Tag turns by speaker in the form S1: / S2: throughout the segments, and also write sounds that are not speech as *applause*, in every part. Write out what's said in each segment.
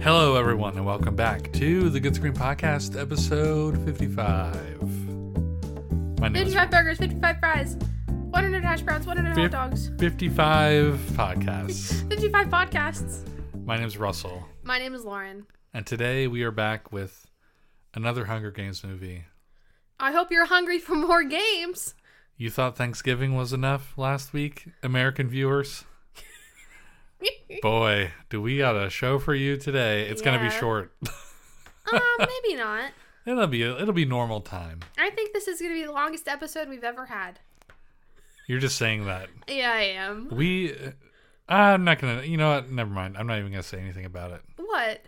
S1: Hello, everyone, and welcome back to the Good Screen Podcast, episode 55. My name is
S2: 55 burgers, 55 fries, 100 hash browns, 100 hot
S1: Fif-
S2: dogs,
S1: 55 Podcasts.
S2: 55 podcasts.
S1: My name is Russell,
S2: My name is Lauren.
S1: and today we are back with another Hunger Games movie.
S2: I hope you're hungry for more games.
S1: You thought Thanksgiving was enough last week, American viewers? Boy, do we got a show for you today. It's going to be
S2: Yeah.
S1: short.
S2: *laughs* um, maybe not.
S1: it'll be it'll be normal time.
S2: I think this is going to be the longest episode we've ever had.
S1: You're just saying that.
S2: Yeah, I am.
S1: We uh, I'm not going to You know what? Never mind. I'm not even going to say anything about it.
S2: What?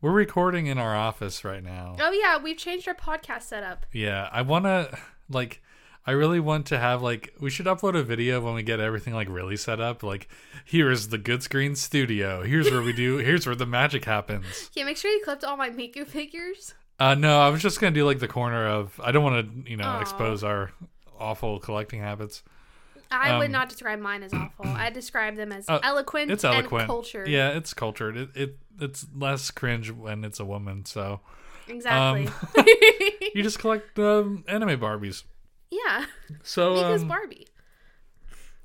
S1: We're recording in our office right now.
S2: Oh, yeah, we've changed our podcast setup.
S1: Yeah, I want to like I really want to have like we should upload a video when we get everything like really set up like here is the good screen studio. Here's where we
S2: *laughs*
S1: do here's where the magic happens.
S2: Yeah, make sure you clipped all my Miku figures.
S1: Uh no, I was just going to do like the corner of I don't want to, you know,
S2: Aw.
S1: expose our awful collecting habits.
S2: I would
S1: Um,
S2: not describe mine as
S1: *coughs*
S2: awful. I describe them as
S1: Uh,
S2: eloquent,
S1: It's
S2: and
S1: eloquent.
S2: cultured.
S1: Yeah, it's cultured. It, it it's less cringe when it's a woman, so
S2: Exactly.
S1: you just collect um, anime Barbies.
S2: *laughs*
S1: *laughs*
S2: yeah.
S1: So
S2: Miku's
S1: um,
S2: Barbie.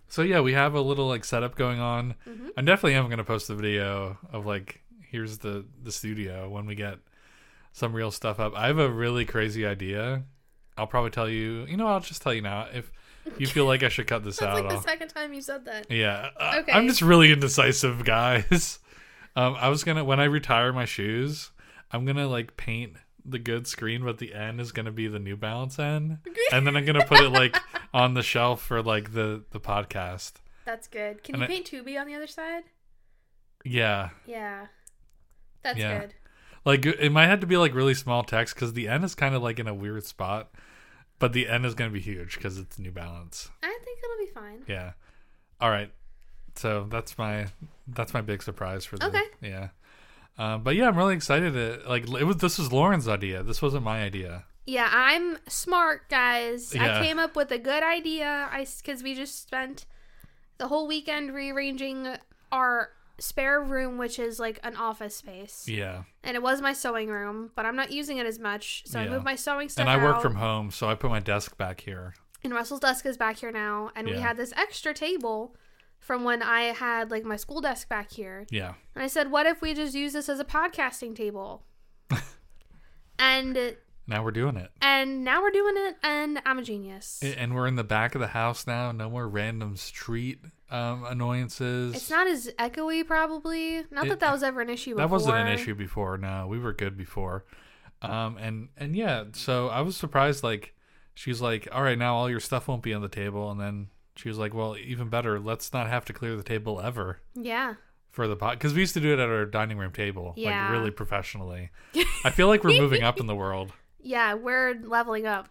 S1: So yeah, we have a little like setup going on.
S2: Mm-hmm.
S1: I definitely am gonna post the video of like here's the the studio when we get some real stuff up. I have a really crazy idea. I'll probably tell you. You know, I'll just tell you now if you feel like I should cut
S2: *laughs*
S1: this
S2: That's
S1: out.
S2: like the
S1: I'll-
S2: second time you said that.
S1: yeah, I-
S2: Okay.
S1: I'm just really indecisive, guys. *laughs* Um, I was gonna when I retire my shoes, I'm gonna like paint the good screen, but the end is gonna be the New Balance end, and then I'm gonna put it like on the shelf for like the the podcast.
S2: That's good. Can
S1: And
S2: you
S1: I-
S2: paint Tubi on the other side?
S1: Yeah.
S2: Yeah. That's
S1: Yeah.
S2: good.
S1: Like it might have to be like really small text because the N is kind of like in a weird spot, but the N is going to be huge because it's New Balance.
S2: I think it'll be fine.
S1: Yeah. All right. So that's my that's my big surprise for the
S2: Okay.
S1: yeah. Um, but yeah, I'm really excited. To, like it was this was Lauren's idea. This wasn't my idea.
S2: Yeah, I'm smart, guys.
S1: Yeah.
S2: I came up with a good idea. I because we just spent the whole weekend rearranging our spare room, which is like an office space,
S1: Yeah.
S2: and it was my sewing room, but I'm not using it as much. So I
S1: Yeah.
S2: moved my sewing stuff.
S1: and I work
S2: out,
S1: from home, so I put my desk back here.
S2: and Russell's desk is back here now, and
S1: Yeah.
S2: we had this extra table from when I had like my school desk back here.
S1: Yeah.
S2: And I said, "What if we just use this as a
S1: *laughs*
S2: podcasting table?" and
S1: Now we're doing it.
S2: and now we're doing it, and I'm a genius.
S1: A- And we're in the back of the house now. No more random street um, annoyances.
S2: it's not as echoey, probably. Not
S1: It-
S2: that that was ever an issue. Before.
S1: That wasn't an issue before. No, we were good before. Um, and and yeah, so I was surprised. Like she's like, all right, now all your stuff won't be on the table. And then she was like, well, even better, let's not have to clear the table ever
S2: Yeah,
S1: for the pot because we used to do it at our dining room table,
S2: Yeah.
S1: like really
S2: *laughs*
S1: professionally. I feel like we're moving up in the world.
S2: yeah, we're leveling up.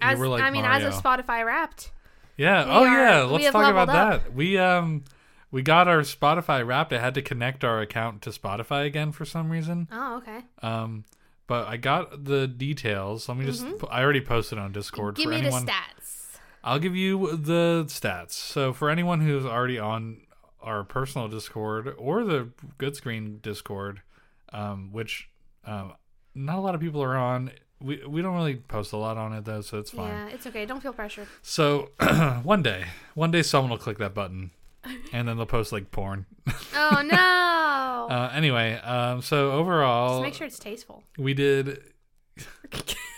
S1: Yeah,
S2: As
S1: we're like
S2: I mean, as
S1: Mario.
S2: of Spotify Wrapped.
S1: Yeah.
S2: We
S1: oh
S2: are-
S1: yeah.
S2: we
S1: Let's
S2: have
S1: talk about
S2: leveled
S1: that. We um we got our Spotify wrapped. I had to connect our account to Spotify again for some reason.
S2: Oh, okay.
S1: Um, but I got the details. Let me just. I already posted on Discord
S2: Mm-hmm. Give
S1: for
S2: me
S1: anyone.
S2: the stats.
S1: I'll give you the stats. So for anyone who's already on our personal Discord or the Good Screen Discord, um, which um, not a lot of people are on. We we don't really post a lot on it though, so it's fine.
S2: Yeah, it's okay. Don't feel
S1: *laughs*
S2: pressured.
S1: So *clears throat* one day, one day someone will click that button,
S2: *laughs*
S1: and then they'll post like porn.
S2: Oh no.
S1: Uh, anyway, um, so overall,
S2: Just make sure
S1: *laughs*
S2: it's tasteful.
S1: we did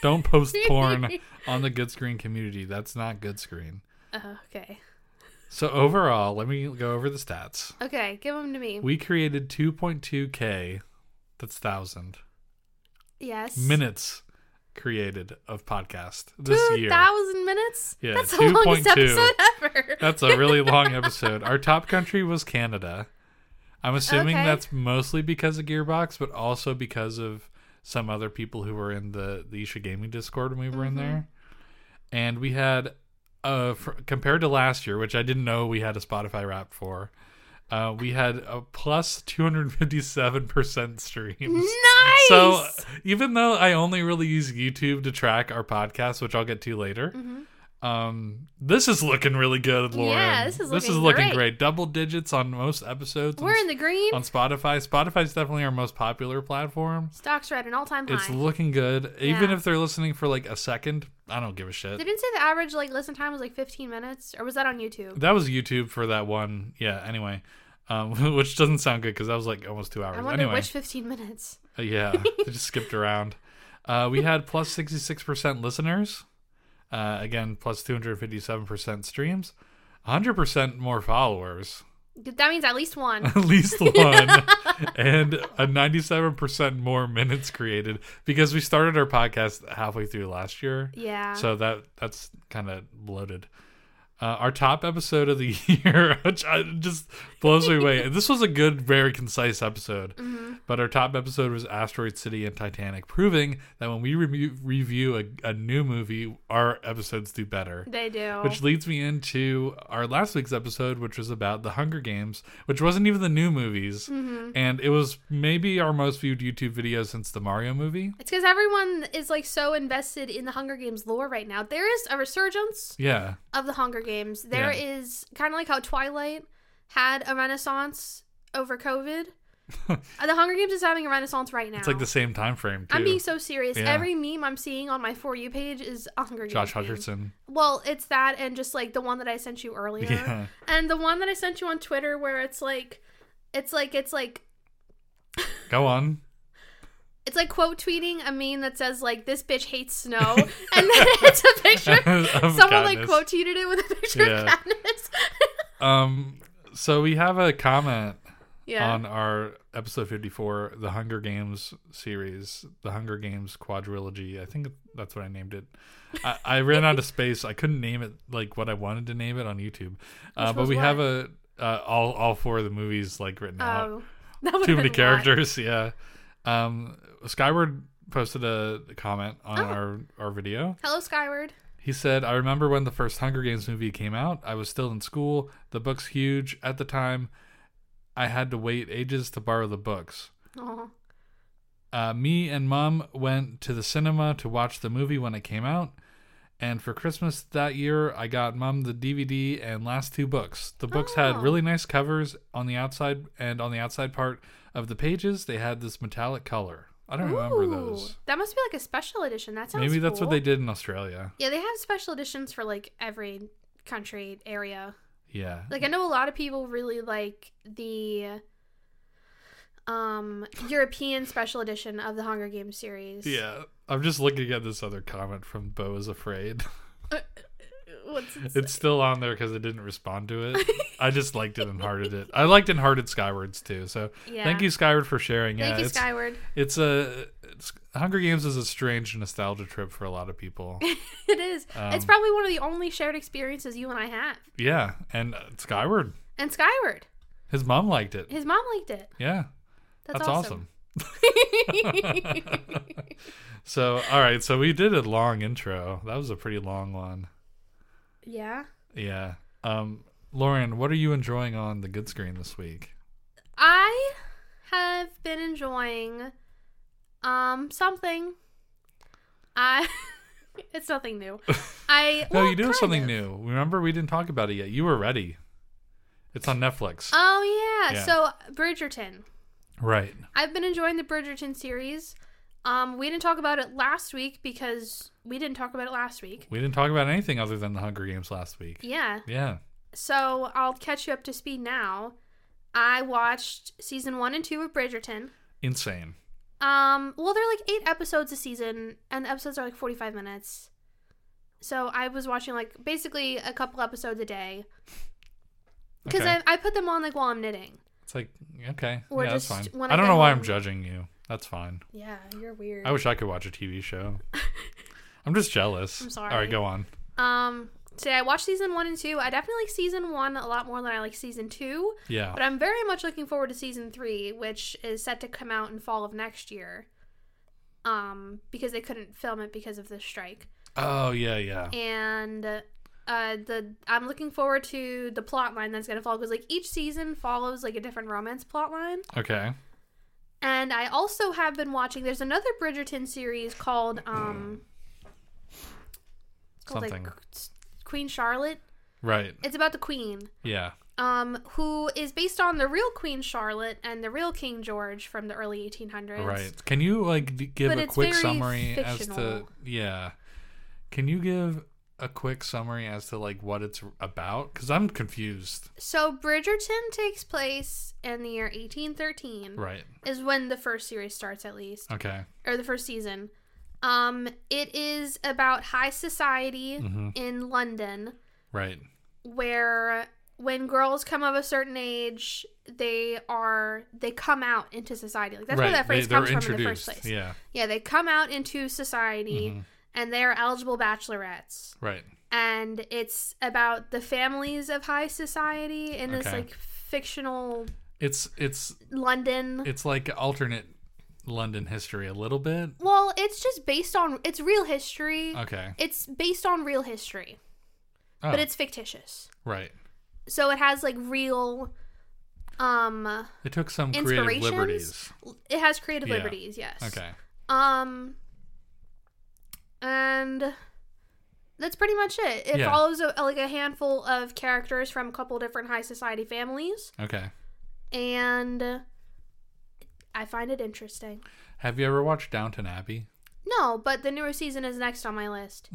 S1: Don't post porn on the good screen community. That's not good screen.
S2: Oh, okay.
S1: So overall, let me go over the stats.
S2: Okay, give them to me.
S1: We created 2.2k, that's thousand
S2: yes.
S1: minutes created of podcast this
S2: Two
S1: year.
S2: thousand minutes.
S1: Yeah,
S2: that's the longest
S1: 2.2.
S2: episode *laughs* ever.
S1: That's a really long episode. Our top country was Canada. I'm assuming
S2: Okay.
S1: that's mostly because of Gearbox, but also because of some other people who were in the the Isha Gaming Discord when we were in there. And we had, uh, fr- compared to last year, which I didn't know we had a Spotify wrap for, uh, we had a plus 257% streams.
S2: *laughs* Nice.
S1: So even though I only really use YouTube to track our podcast, which I'll get to later, Um, this is looking really good, Lauren.
S2: Mm-hmm. Yeah, this is
S1: looking,
S2: looking
S1: great.
S2: great.
S1: Double digits on most episodes.
S2: We're
S1: on,
S2: in the green.
S1: on Spotify. Spotify's definitely our most popular platform.
S2: Stocks are at an all-time
S1: It's
S2: high.
S1: looking good. Even
S2: Yeah.
S1: if they're listening for like a second, I don't give a shit.
S2: they didn't say the average like listen time was like 15 minutes, or was that on YouTube?
S1: That was YouTube for that one. Yeah. Anyway, um, *laughs* which doesn't sound good because that was like almost two
S2: I
S1: hours.
S2: wonder
S1: Anyway,
S2: which 15 minutes.
S1: Uh, yeah, they just skipped around. Uh, we had plus sixty six percent listeners. Uh, again, plus two hundred fifty seven percent streams. Hundred percent more followers, *laughs*
S2: That means at least one.
S1: at least one, and a ninety-seven percent more minutes created because we started our podcast halfway through last year.
S2: Yeah.
S1: So that that's kind of bloated. Uh, our top episode of the *laughs* year, which I, just blows me away. This was a good, very concise episode, but our top episode was Asteroid City and Titanic, proving that when we re- review a, a new movie, our episodes do better.
S2: they do.
S1: Which leads me into our last week's episode, which was about the Hunger Games, which wasn't even the new movies, and it was maybe our most viewed YouTube video since the Mario movie.
S2: it's because everyone is like so invested in the Hunger Games lore right now. There is a resurgence
S1: Yeah,
S2: of the Hunger Games. There is
S1: Yeah.
S2: kind of like how Twilight had a renaissance over
S1: *laughs*
S2: COVID. Uh, the Hunger Games is having a renaissance right now.
S1: it's like the same time frame. Too.
S2: I'm being so serious.
S1: Yeah.
S2: Every meme I'm seeing on my For You page is a Hunger Games.
S1: Josh
S2: meme.
S1: Hutcherson.
S2: Well, it's that and just like the one that I sent you earlier.
S1: *laughs* Yeah.
S2: And the one that I sent you on Twitter where it's like it's like it's like
S1: Go
S2: *laughs*
S1: on.
S2: it's like quote tweeting a meme that says like this bitch
S1: *laughs*
S2: hates snow and then it's a picture
S1: Of
S2: someone like
S1: Katniss.
S2: quote tweeted it with a picture of
S1: Yeah.
S2: Katniss. *laughs*
S1: Um, so we have a comment
S2: yeah.
S1: on our episode 54, the Hunger Games series, the Hunger Games quadrilogy. I think that's what I named it. I,
S2: *laughs*
S1: I ran out of space. I couldn't name it like what I wanted to name it on YouTube. Uh,
S2: Which
S1: but
S2: was
S1: we
S2: what?
S1: have a uh, all all four of the movies like written out.
S2: *laughs* oh. That would've
S1: too many
S2: been a lot.
S1: characters. Yeah. Um, Skyward posted a comment on
S2: Oh.
S1: our our video.
S2: Hello Skyward.
S1: He said, I remember when the first Hunger Games movie came out. I was still in school. The book's huge. At the time, I had to wait ages to borrow the books.
S2: Oh.
S1: Uh, me and mom went to the cinema to watch the movie when it came out. And for Christmas that year, I got mom the DVD and last two books. The books had
S2: Oh.
S1: really nice covers on the outside, and on the outside part of the pages, they had this metallic color. I don't remember
S2: Ooh.
S1: those.
S2: That must be like a special edition. That sounds
S1: Maybe that's what
S2: cool.
S1: they did in Australia.
S2: Yeah, they have special editions for like every country area.
S1: Yeah.
S2: Like I know a lot of people really like the um European special edition of the Hunger Games series.
S1: Yeah, I'm just looking at this other comment from Bo is afraid. *laughs*
S2: What's it
S1: It's still on there because I didn't respond to
S2: *laughs*
S1: it. I just liked it and hearted it. I liked and hearted Skywards too. So
S2: Yeah.
S1: thank you Skyward for sharing.
S2: Thank
S1: yeah,
S2: you,
S1: it's
S2: Skyward. *laughs*
S1: it's a it's, Hunger Games is a strange nostalgia trip for a lot of
S2: *laughs*
S1: people.
S2: It is. it's
S1: Um,
S2: probably one of the only shared experiences you and I have.
S1: yeah, and uh, Skyward,
S2: And Skyward,
S1: his mom liked it.
S2: his mom liked it.
S1: Yeah,
S2: That's,
S1: that's,
S2: awesome. *laughs*
S1: awesome. *laughs* so all right, so we did a long intro. That was a pretty long one.
S2: yeah.
S1: Yeah. Um, Lauren, what are you enjoying on the good screen this
S2: *laughs*
S1: week?
S2: I have been enjoying um something. I *laughs* it's nothing new. I
S1: No,
S2: well,
S1: you do
S2: kind
S1: have something
S2: of.
S1: new. Remember, we didn't talk about it yet. You were ready. It's on Netflix.
S2: Oh yeah.
S1: Yeah.
S2: So Bridgerton.
S1: right.
S2: I've been enjoying the Bridgerton series. Um, we didn't talk about it last week because we didn't talk about it last week.
S1: We didn't talk about anything other than the Hunger Games last week.
S2: Yeah.
S1: Yeah.
S2: So I'll catch you up to speed now. I watched season one and two of Bridgerton.
S1: Insane.
S2: Um, well, they're like eight episodes a season, and the episodes are like forty-five minutes. So I was watching like basically a couple episodes a day because
S1: Okay.
S2: I, I put them on like while I'm knitting.
S1: It's like, okay.
S2: Or
S1: yeah, that's fine.
S2: just when
S1: I
S2: I
S1: don't
S2: get
S1: know why I'm
S2: home. Mm.
S1: judging you. That's fine.
S2: Yeah, you're weird.
S1: I wish I could watch a TV
S2: *laughs*
S1: show. I'm just jealous.
S2: I'm sorry.
S1: All right, go on.
S2: um, so yeah, I watched season one and two. I definitely like season one a lot more than I like season two,
S1: Yeah.
S2: but I'm very much looking forward to season three, which is set to come out in fall of next year. Um, because they couldn't film it because of the strike.
S1: Oh, yeah, yeah.
S2: and uh, the I'm looking forward to the plot line that's gonna follow because like each season follows like a different romance plot line.
S1: Okay.
S2: And I also have been watching. There's another Bridgerton series called um, it's called
S1: Something.
S2: like Queen Charlotte.
S1: Right.
S2: It's about the Queen,
S1: Yeah.
S2: um, who is based on the real Queen Charlotte and the real King George from the early 1800s.
S1: Right. Can you like d- give
S2: But
S1: a
S2: it's
S1: quick
S2: very
S1: summary as to
S2: fictional.
S1: yeah? Can you give a quick summary as to like what it's about? Because I'm confused.
S2: So Bridgerton takes place in the year 1813.
S1: Right.
S2: Is when the first series starts, at least,
S1: Okay.
S2: or the first season. Um, it is about high society
S1: hmm
S2: in London.
S1: Right.
S2: where when girls come of a certain age, they are they come out into society. Like that's
S1: right.
S2: where that phrase
S1: they,
S2: comes
S1: they're
S2: from
S1: introduced.
S2: in the first place. Yeah,
S1: Yeah.
S2: they come out into society
S1: Mhm.
S2: and they are eligible bachelorettes.
S1: Right.
S2: And it's about the families of high society in this
S1: Okay.
S2: like fictional
S1: It's it's
S2: London.
S1: it's like alternate London history a little bit.
S2: well, it's just based on it's real history.
S1: Okay.
S2: It's based on real history,
S1: Oh,
S2: but it's fictitious.
S1: right.
S2: So it has like real um
S1: They took some creative
S2: Inspirations?
S1: liberties.
S2: it has creative
S1: Yeah.
S2: liberties yes
S1: Okay.
S2: um and that's pretty much it it
S1: Yeah.
S2: follows a, like a handful of characters from a couple different high society families
S1: Okay.
S2: and i find it interesting
S1: Have you ever watched Downton Abbey?
S2: no but the newer season is next on
S1: *laughs*
S2: my list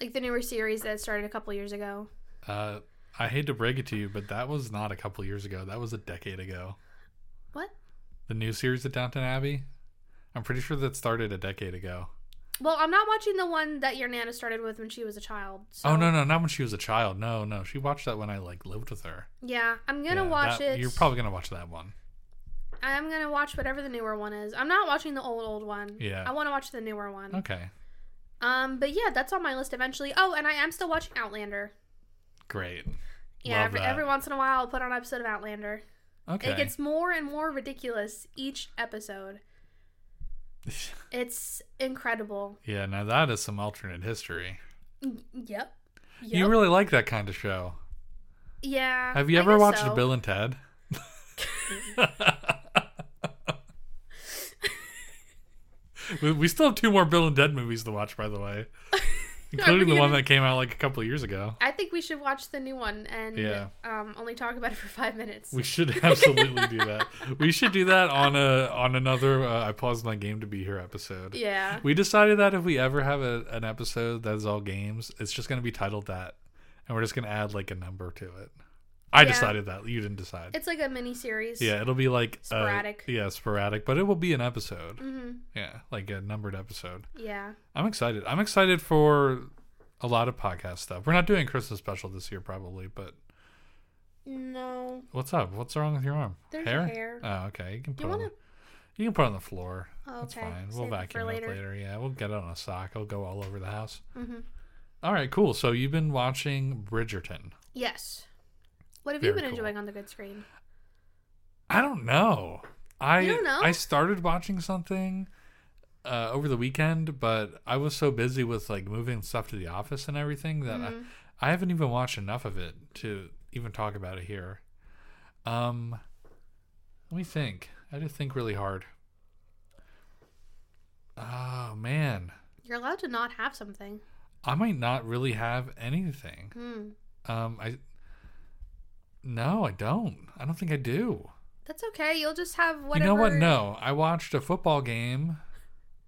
S2: like the newer series that started a couple years ago
S1: Uh, I hate to break it to you, but that was not a couple years ago. That was a decade ago.
S2: what
S1: The new series of Downton Abbey. I'm pretty sure that started a decade ago.
S2: well i'm not watching the one that your nana started with when she was a child so
S1: Oh no, no, not when she was a child. No, no, she watched that when I like lived with her.
S2: yeah i'm gonna
S1: Yeah,
S2: watch
S1: that-
S2: it
S1: You're probably gonna watch that one.
S2: I'm gonna watch whatever the newer one is. I'm not watching the old old one.
S1: Yeah.
S2: I want to watch the newer one.
S1: Okay,
S2: Um, but yeah, that's on my list eventually. Oh, and I am still watching Outlander.
S1: great.
S2: Yeah,
S1: Love
S2: every,
S1: that.
S2: every once in a while, I'll put on an episode of Outlander.
S1: Okay,
S2: It gets more and more ridiculous each episode. It's incredible.
S1: *laughs* yeah. Now that is some alternate history.
S2: Yep. Yep.
S1: You really like that kind of show.
S2: yeah.
S1: Have you
S2: I
S1: ever
S2: guess
S1: watched
S2: so.
S1: Bill and
S2: *laughs*
S1: Ted? we, we still have two more Bill and Ted movies to watch, by the
S2: *laughs*
S1: way, including the
S2: we
S1: one
S2: gonna-
S1: that came out like a couple years ago.
S2: I think we should watch the new one and
S1: Yeah.
S2: um only talk about it for five minutes.
S1: We should absolutely do that. We should do that on a on another uh, I paused my game to be here episode.
S2: yeah.
S1: We decided that if we ever have a, an episode that is all games, it's just going to be titled that, and we're just going to add like a number to it. I
S2: Yeah.
S1: decided that. You didn't decide.
S2: It's like a mini series.
S1: Yeah, it'll be like uh,
S2: Sporadic.
S1: yeah, sporadic, but it will be an episode.
S2: Mm-hmm.
S1: Yeah, like a numbered episode.
S2: Yeah.
S1: I'm excited. I'm excited for a lot of podcast stuff. We're not doing Christmas special this year, probably, but
S2: No.
S1: what's up? What's wrong with your arm?
S2: There's
S1: hair?
S2: hair.
S1: Oh, okay. You can put
S2: You
S1: it on
S2: wanna-
S1: you can put it on the floor.
S2: Oh,
S1: That's
S2: okay.
S1: fine. We'll
S2: Save it
S1: vacuum
S2: for
S1: it up
S2: later.
S1: later. Yeah, we'll get it on a sock. It'll go all over the house.
S2: Mm-hmm.
S1: All right, cool. So you've been watching Bridgerton.
S2: Yes. What have you
S1: Very
S2: been
S1: cool.
S2: enjoying on the good screen?
S1: I don't know. I
S2: You don't know?
S1: I started watching something uh, over the weekend, but I was so busy with like moving stuff to the office and everything that
S2: Mhm.
S1: I, I haven't even watched enough of it to even talk about it here. Um, let me think. I had to think really hard. Oh man,
S2: You're allowed to not have something.
S1: I might not really have anything.
S2: Hmm.
S1: Um, I no, I don't. I don't think I do.
S2: That's okay. You'll just have whatever.
S1: You know what? No, I watched a football game.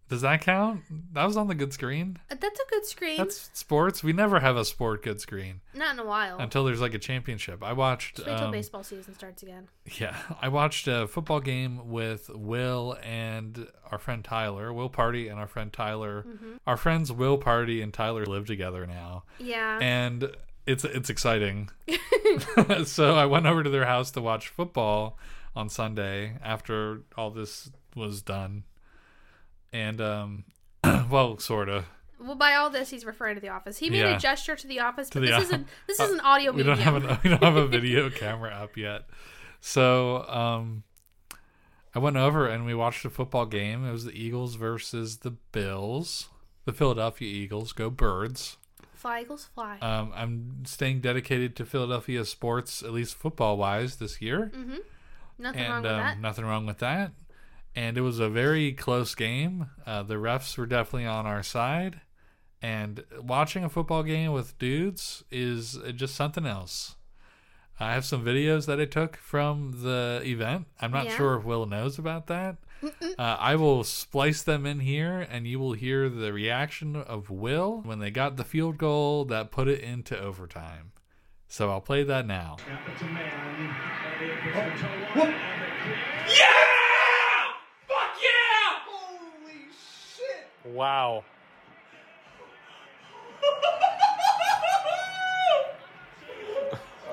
S1: Does that count? That was on the good screen.
S2: Uh, That's a good screen.
S1: That's sports. We never have a sport good screen
S2: Not in a while.
S1: until there's like a championship. I watched.
S2: Just wait till
S1: um,
S2: baseball season starts again.
S1: *laughs* yeah, I watched a football game with Will and our friend Tyler. Will Party and our friend Tyler. Our friends Will Party and Tyler live together now,
S2: Yeah.
S1: and it's it's exciting. *laughs* so I went over to their house to watch football on Sunday after all this was done. And um *clears throat* well, sort of.
S2: well, by all this, he's referring to the office. He made
S1: Yeah.
S2: a gesture to the office, but
S1: the *laughs*
S2: this
S1: o-
S2: isn't. This is an audio
S1: We don't
S2: medium.
S1: have an, we don't have a video camera up yet. So, um I went over and we watched a football game. It was the Eagles versus the Bills. The Philadelphia Eagles go Birds.
S2: Fly equals fly.
S1: Um, I'm staying dedicated to Philadelphia sports, at least football wise, this year.
S2: mm-hmm. Nothing
S1: and
S2: wrong with
S1: um,
S2: that.
S1: nothing wrong with that. And it was a very close game. Uh, the refs were definitely on our side, And watching a football game with dudes is uh, just something else. I have some videos that I took from the event. I'm not
S2: Yeah.
S1: sure if Will knows about that. Uh, I will splice them in here, and you will hear the reaction of Will when they got the field goal that put it into overtime. So I'll play that now.
S3: Fuck yeah!
S4: Holy shit!
S1: Wow.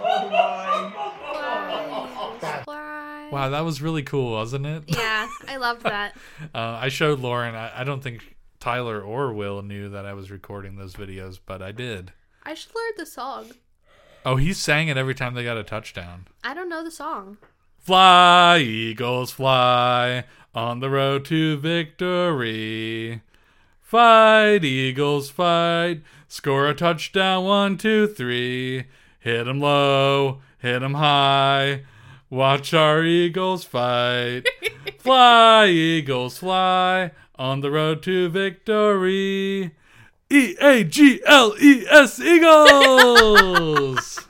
S4: Oh my.
S2: Why?
S1: Wow, that was really cool, wasn't it?
S2: Yeah, I
S1: *laughs*
S2: loved that.
S1: Uh, I showed Lauren. I, I don't think Tyler or Will knew that I was recording those videos, but I did.
S2: I should learn the song.
S1: Oh, he sang it every time they got a touchdown.
S2: I don't know the song.
S1: Fly, Eagles, fly on the road to victory. Fight, Eagles, fight. Score a touchdown, one, two, three. Hit 'em low, hit 'em high. Watch our Eagles fight. fly, Eagles, fly on the road to victory. E A G L E S Eagles.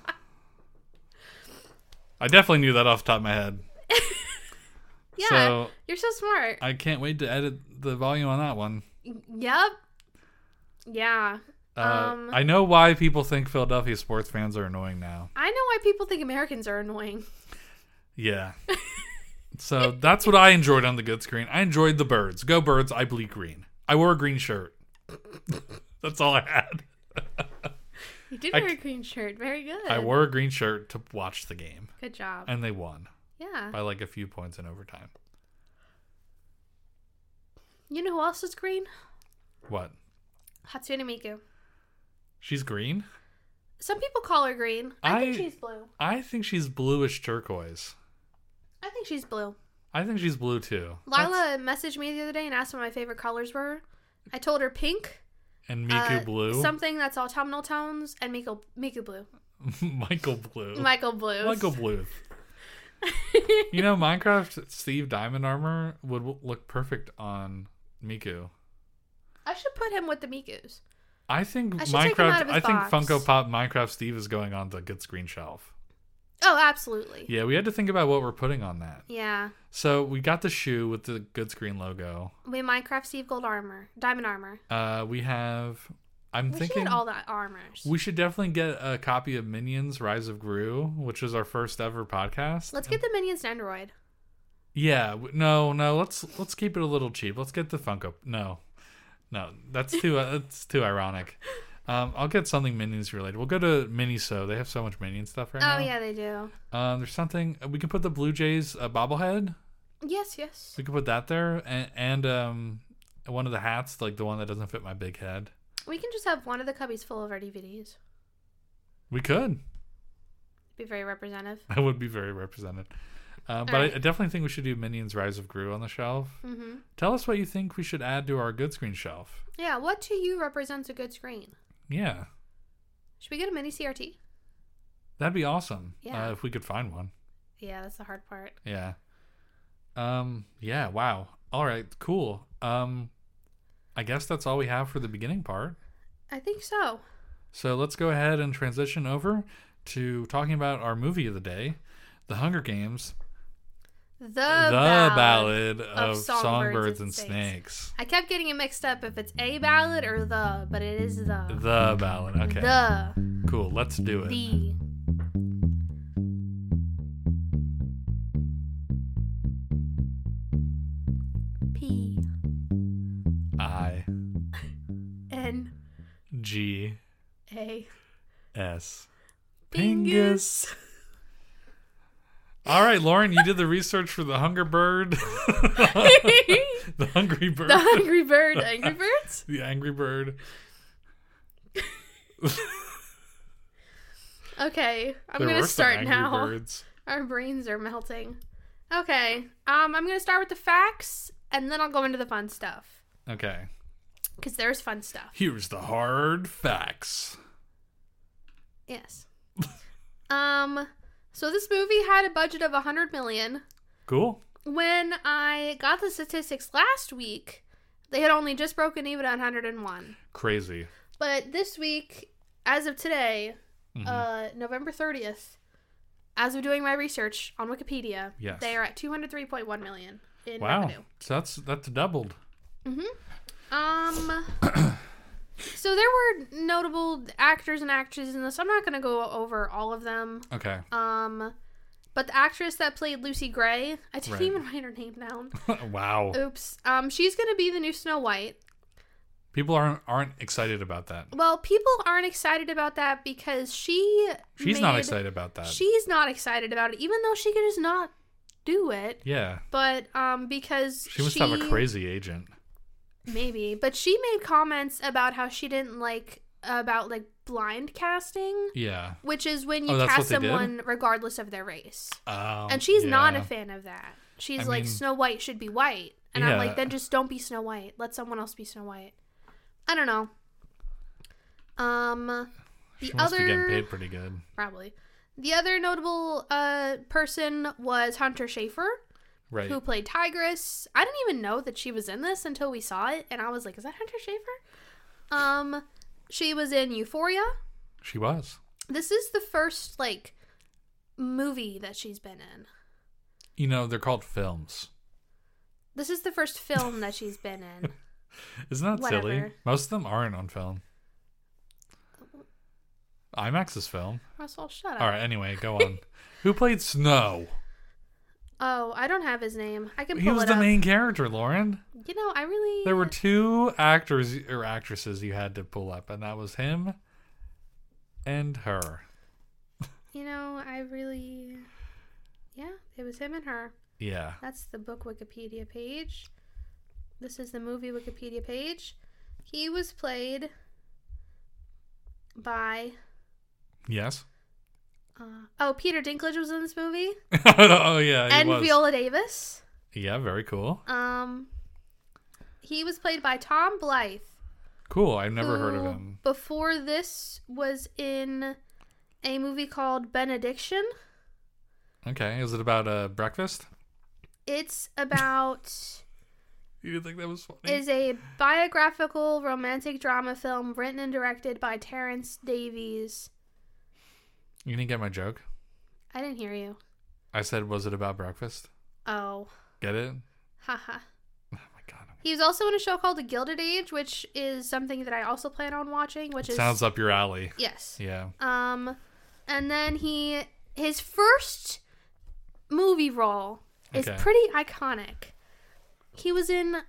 S1: I definitely knew that off the top of my head.
S2: Yeah,
S1: So-
S2: you're so smart.
S1: I can't wait to edit the volume on that one.
S2: yep. Yeah.
S1: Uh,
S2: Um,
S1: I know why people think Philadelphia sports fans are annoying now.
S2: I know why people think Americans are annoying. *laughs*
S1: Yeah. so that's what I enjoyed on the good screen. I enjoyed the birds. Go birds. I bleed green. I wore a green shirt. *laughs* that's all I had.
S2: You did
S1: I
S2: wear a
S1: c-
S2: green shirt. Very good.
S1: I wore a green shirt to watch the game,
S2: Good job.
S1: and they won
S2: yeah.
S1: by like a few points in overtime.
S2: You know who else is green?
S1: What?
S2: Hatsune Miku.
S1: She's green?
S2: Some people call her green. I, think
S1: I-
S2: she's blue.
S1: I think she's bluish turquoise.
S2: I think she's blue.
S1: I think she's blue too. That's-
S2: Lila messaged me the other day and asked what my favorite colors were. I told her pink,
S1: and Miku
S2: uh,
S1: blue.
S2: something that's autumnal tones, and Miku Miku blue,
S1: *laughs* Michael blue.
S2: Michael blue,
S1: Oh. Michael
S2: *laughs*
S1: Bluth. you know, Minecraft Steve Diamond armor would w- look perfect on Miku.
S2: I should put him with the Mikus.
S1: I think
S2: I should take him
S1: Minecraft.
S2: out of his
S1: I think
S2: box.
S1: Funko Pop Minecraft Steve is going on the good screen shelf.
S2: Oh, absolutely.
S1: Yeah, we had to think about what we're putting on that.
S2: Yeah.
S1: So we got the shoe with the good screen logo.
S2: We Minecraft Steve Gold armor, diamond armor.
S1: Uh, we have. I'm
S2: We should
S1: thinking
S2: get all the armors.
S1: we should definitely get a copy of Minions Rise of Gru, which is our first ever podcast.
S2: Let's get the minions to Android.
S1: Yeah, w- no, no. Let's let's keep it a little cheap. Let's get the Funko. No, no, that's too uh, that's too ironic. Um, I'll get something minions related. We'll go to Miniso. They have so much minion stuff right now.
S2: Oh yeah, they do.
S1: Um, there's something we can put the Blue Jays uh, bobblehead.
S2: Yes, yes.
S1: We can put that there, and, and um, one of the hats, like the one that doesn't fit my big head.
S2: We can just have one of the cubbies full of our DVDs.
S1: We could. *laughs*
S2: Be very representative.
S1: That would be very represented. Uh, but
S2: right.
S1: I, I definitely think we should do Minions Rise of Gru on the shelf.
S2: hmm
S1: Tell us what you think we should add to our good screen shelf.
S2: Yeah. What to you represents a good screen?
S1: Yeah.
S2: Should we get a mini CRT?
S1: That'd be awesome.
S2: Yeah.
S1: Uh, if we could find one.
S2: Yeah, that's the hard part.
S1: Yeah. Um. Yeah. Wow. All right. Cool. Um. I guess that's all we have for the beginning part.
S2: I think so.
S1: So let's go ahead and transition over to talking about our movie of the day, The Hunger Games,
S2: The,
S1: The Ballad, of,
S2: Songbirds
S1: Songbirds
S2: and
S1: and Snakes.
S2: I kept getting it mixed up if it's a ballad or the, but it is the.
S1: The Ballad. Okay.
S2: The.
S1: Cool. Let's do it.
S2: The. P.
S1: I
S2: N.
S1: G
S2: A.
S1: S.
S2: Pingus.
S1: *laughs* All right, Lauren, you did the research for the Hunger Bird, *laughs*
S2: *laughs* the
S1: the Hungry Bird.
S2: Hungry Bird. Angry Birds?
S1: The Angry Bird.
S2: Okay, I'm
S1: There
S2: gonna
S1: were some
S2: start
S1: Angry
S2: now.
S1: Birds.
S2: Our brains are melting. Okay, um, I'm gonna start with the facts, and then I'll go into the fun stuff
S1: Okay.
S2: because there's fun stuff.
S1: Here's the hard facts. *laughs*
S2: Yes. um, so this movie had a budget of 100 million.
S1: Cool.
S2: When I got the statistics last week, they had only just broken even on 101.
S1: Crazy.
S2: But this week, as of today,
S1: Mhm.
S2: uh, November 30th, as of doing my research on Wikipedia,
S1: Yes.
S2: they are at 203.1 million in
S1: wow.
S2: revenue.
S1: So that's that's doubled.
S2: Um.
S1: *coughs*
S2: so there were notable actors and actresses in this. I'm not gonna go over all of them.
S1: Okay. *laughs*
S2: Um, but the actress that played Lucy Gray, I didn't
S1: Right.
S2: even *laughs* write her name down.
S1: wow.
S2: Oops. Um, she's gonna be the new Snow White.
S1: People aren't aren't excited about that.
S2: Well, people aren't excited about that because she.
S1: She's not
S2: made-
S1: excited about that.
S2: She's not excited about it, even though she could just not do it.
S1: yeah.
S2: But um, because
S1: She must have a crazy agent.
S2: Maybe, but she made comments about how she didn't like about like blind casting,
S1: Yeah.
S2: which is when you
S1: Oh, that's
S2: cast
S1: what they did?
S2: someone regardless of their race.
S1: Oh,
S2: And she's not
S1: yeah.
S2: a fan of that. She's
S1: I
S2: like
S1: mean-
S2: Snow White should be white, and I'm
S1: Yeah.
S2: like, then just don't be Snow White. Let someone else be Snow White. I don't know. Um, the
S1: She must
S2: other
S1: be getting paid pretty good.
S2: probably the other notable uh person was Hunter Schafer
S1: Right.
S2: who played Tigress. I didn't even know that she was in this until we saw it, and I was like, "Is that Hunter Schafer?" Um, she was in Euphoria.
S1: She was.
S2: This is the first like movie that she's been in.
S1: You know, they're called films.
S2: This is the first film that she's
S1: *laughs*
S2: been in.
S1: Isn't that silly?
S2: Whatever.
S1: Most of them aren't on film. IMAX is film.
S2: Russell, shut up.
S1: All right. Anyway, go
S2: *laughs*
S1: on. Who played Snow?
S2: Oh, I don't have his name. I can pull
S1: He was
S2: it
S1: the
S2: up.
S1: main character, Lauren.
S2: You know, I really
S1: There were two actors or actresses you had to pull up, and that was him and her.
S2: You know, I really. Yeah, it was him and her.
S1: Yeah.
S2: That's the book Wikipedia page. This is the movie Wikipedia page. He was played by
S1: Yes. *laughs*
S2: uh, oh Peter Dinklage was in this movie
S1: oh yeah. He
S2: and
S1: was.
S2: Viola Davis.
S1: Yeah. Very cool.
S2: Um, he was played by Tom Blythe.
S1: Cool. I've never heard of
S2: who
S1: him.
S2: Before this was in a movie called Benediction.
S1: Okay. Is it about a uh, breakfast?
S2: It's
S1: *laughs*
S2: about
S1: You didn't think that was funny?
S2: is a biographical romantic drama film written and directed by Terrence Davies.
S1: you didn't get my joke.
S2: I didn't hear you.
S1: I said, was it about breakfast?
S2: Oh,
S1: Get it?
S2: haha.
S1: Oh my god.
S2: He was also in a show called The Gilded Age, which is something that I also plan on watching. Which is
S1: Sounds up your alley.
S2: yes.
S1: Yeah.
S2: Um, and then he his first movie role is
S1: Okay.
S2: pretty iconic. He was in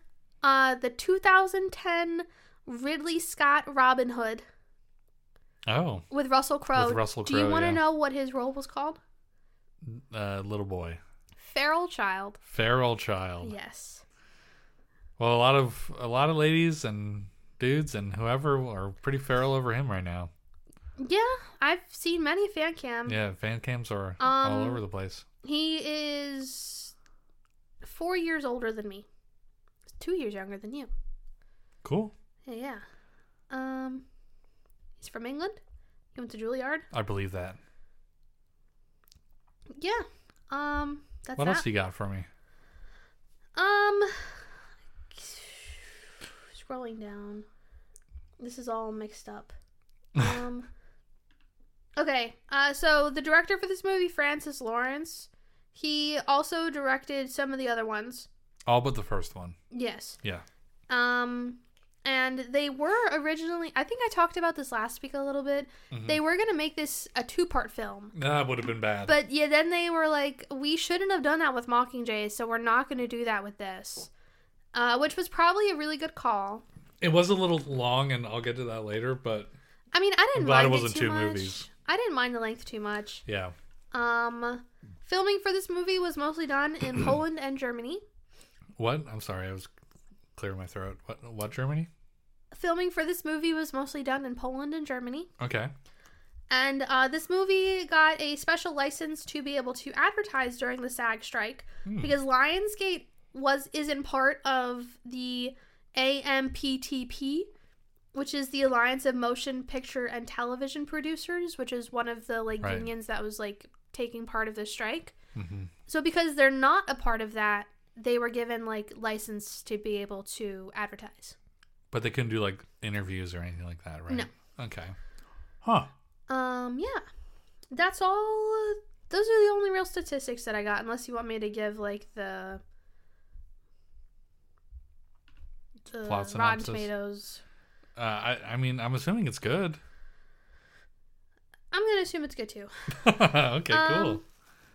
S2: uh the 2010 Ridley Scott Robin Hood
S1: Oh,
S2: with Russell Crowe.
S1: With Russell
S2: Do
S1: Crowe,
S2: you want to
S1: yeah.
S2: know what his role was called?
S1: uh, little boy.
S2: Feral Child.
S1: Feral child.
S2: Yes.
S1: Well, a lot of a lot of ladies and dudes and whoever are pretty feral over him right now.
S2: Yeah, I've seen many fan cam.
S1: Yeah, fan cams are all
S2: Um,
S1: over the place.
S2: He is four years older than me. Two years younger than you.
S1: Cool.
S2: Yeah, yeah. Um, he's from England. He went to Juilliard.
S1: I believe that.
S2: Yeah. Um, that's
S1: what
S2: that.
S1: else you got for me?
S2: um, scrolling down. This is all
S1: *laughs*
S2: mixed up. Um. Okay, uh, so the director for this movie, Francis Lawrence, he also directed some of the other ones.
S1: All but the first one.
S2: Yes.
S1: Yeah.
S2: Um, and they were originally, I think I talked about this last week a little bit.
S1: Mm-hmm.
S2: They were going to make this a two part film.
S1: That would have been bad.
S2: But yeah, then they were like, we shouldn't have done that with Mockingjay, so we're not going to do that with this. Uh, which was probably a really good call.
S1: it was a little long, and I'll get to that later. But
S2: I mean, I didn't
S1: glad it
S2: mind
S1: wasn't
S2: it too
S1: two
S2: much.
S1: movies.
S2: I didn't mind the length too much.
S1: yeah,
S2: Um, filming for this movie was mostly
S1: *clears throat*
S2: done in Poland and Germany.
S1: what? I'm sorry, I was clearing my throat. What? What? Germany?
S2: Filming for this movie was mostly done in Poland and Germany.
S1: Okay.
S2: And uh, this movie got a special license to be able to advertise during the SAG strike because Lionsgate was is in part of the AMPTP, which is the Alliance of Motion Picture and Television Producers, which is one of the like
S1: Right.
S2: unions that was like taking part of the strike.
S1: hmm
S2: So because they're not a part of that, they were given like license to be able to advertise.
S1: But they couldn't do like interviews or anything like that, right?
S2: No.
S1: Okay. Huh.
S2: Um, yeah, that's all. Those are the only real statistics that I got, unless you want me to give like the, the
S1: Plot
S2: Rotten
S1: synopsis.
S2: Tomatoes.
S1: Uh, I, I mean, I'm assuming it's good. *laughs*
S2: I'm gonna assume it's good too.
S1: okay,
S2: Um,
S1: cool.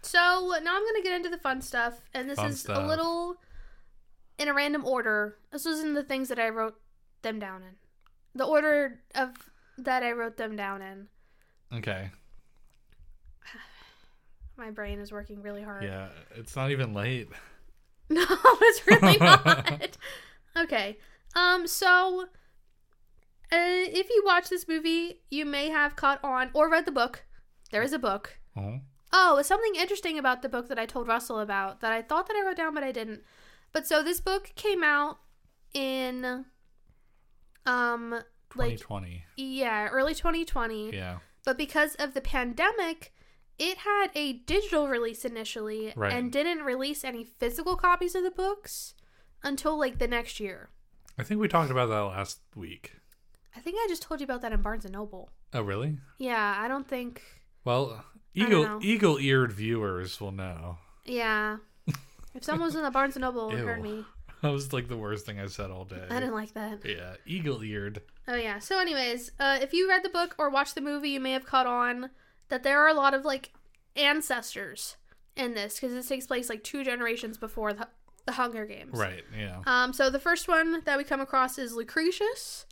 S2: So now I'm gonna get into the fun stuff, and this
S1: Fun
S2: is a
S1: stuff.
S2: little in a random order. This was in the things that I wrote them down in, the order of that I wrote them down in.
S1: Okay.
S2: My brain is working really hard.
S1: Yeah, it's not even late.
S2: *laughs* No, it's really not. okay. Um. So, uh, if you watch this movie, you may have caught on or read the book. There is a book.
S1: Oh,
S2: Oh, something interesting about the book that I told Russell about that I thought that I wrote down, but I didn't. But so this book came out in, um, like
S1: 2020.
S2: yeah, early 2020.
S1: yeah.
S2: But because of the pandemic, it had a digital release initially
S1: Right.
S2: and didn't release any physical copies of the books until like the next year.
S1: I think we talked about that last week.
S2: I think I just told you about that in Barnes and Noble.
S1: Oh, really?
S2: Yeah, I don't think.
S1: Well,
S2: don't
S1: eagle
S2: know.
S1: eagle eared viewers will know. *laughs*
S2: Yeah. If someone was in the Barnes and Noble and heard
S1: Ew.
S2: me,
S1: That was like the worst thing I said all day.
S2: I didn't like that.
S1: Yeah, eagle eared.
S2: Oh yeah. So, anyways, uh, if you read the book or watched the movie, you may have caught on that there are a lot of like ancestors in this because this takes place like two generations before the, the Hunger Games.
S1: Right. Yeah.
S2: Um, so the first one that we come across is Lucretius,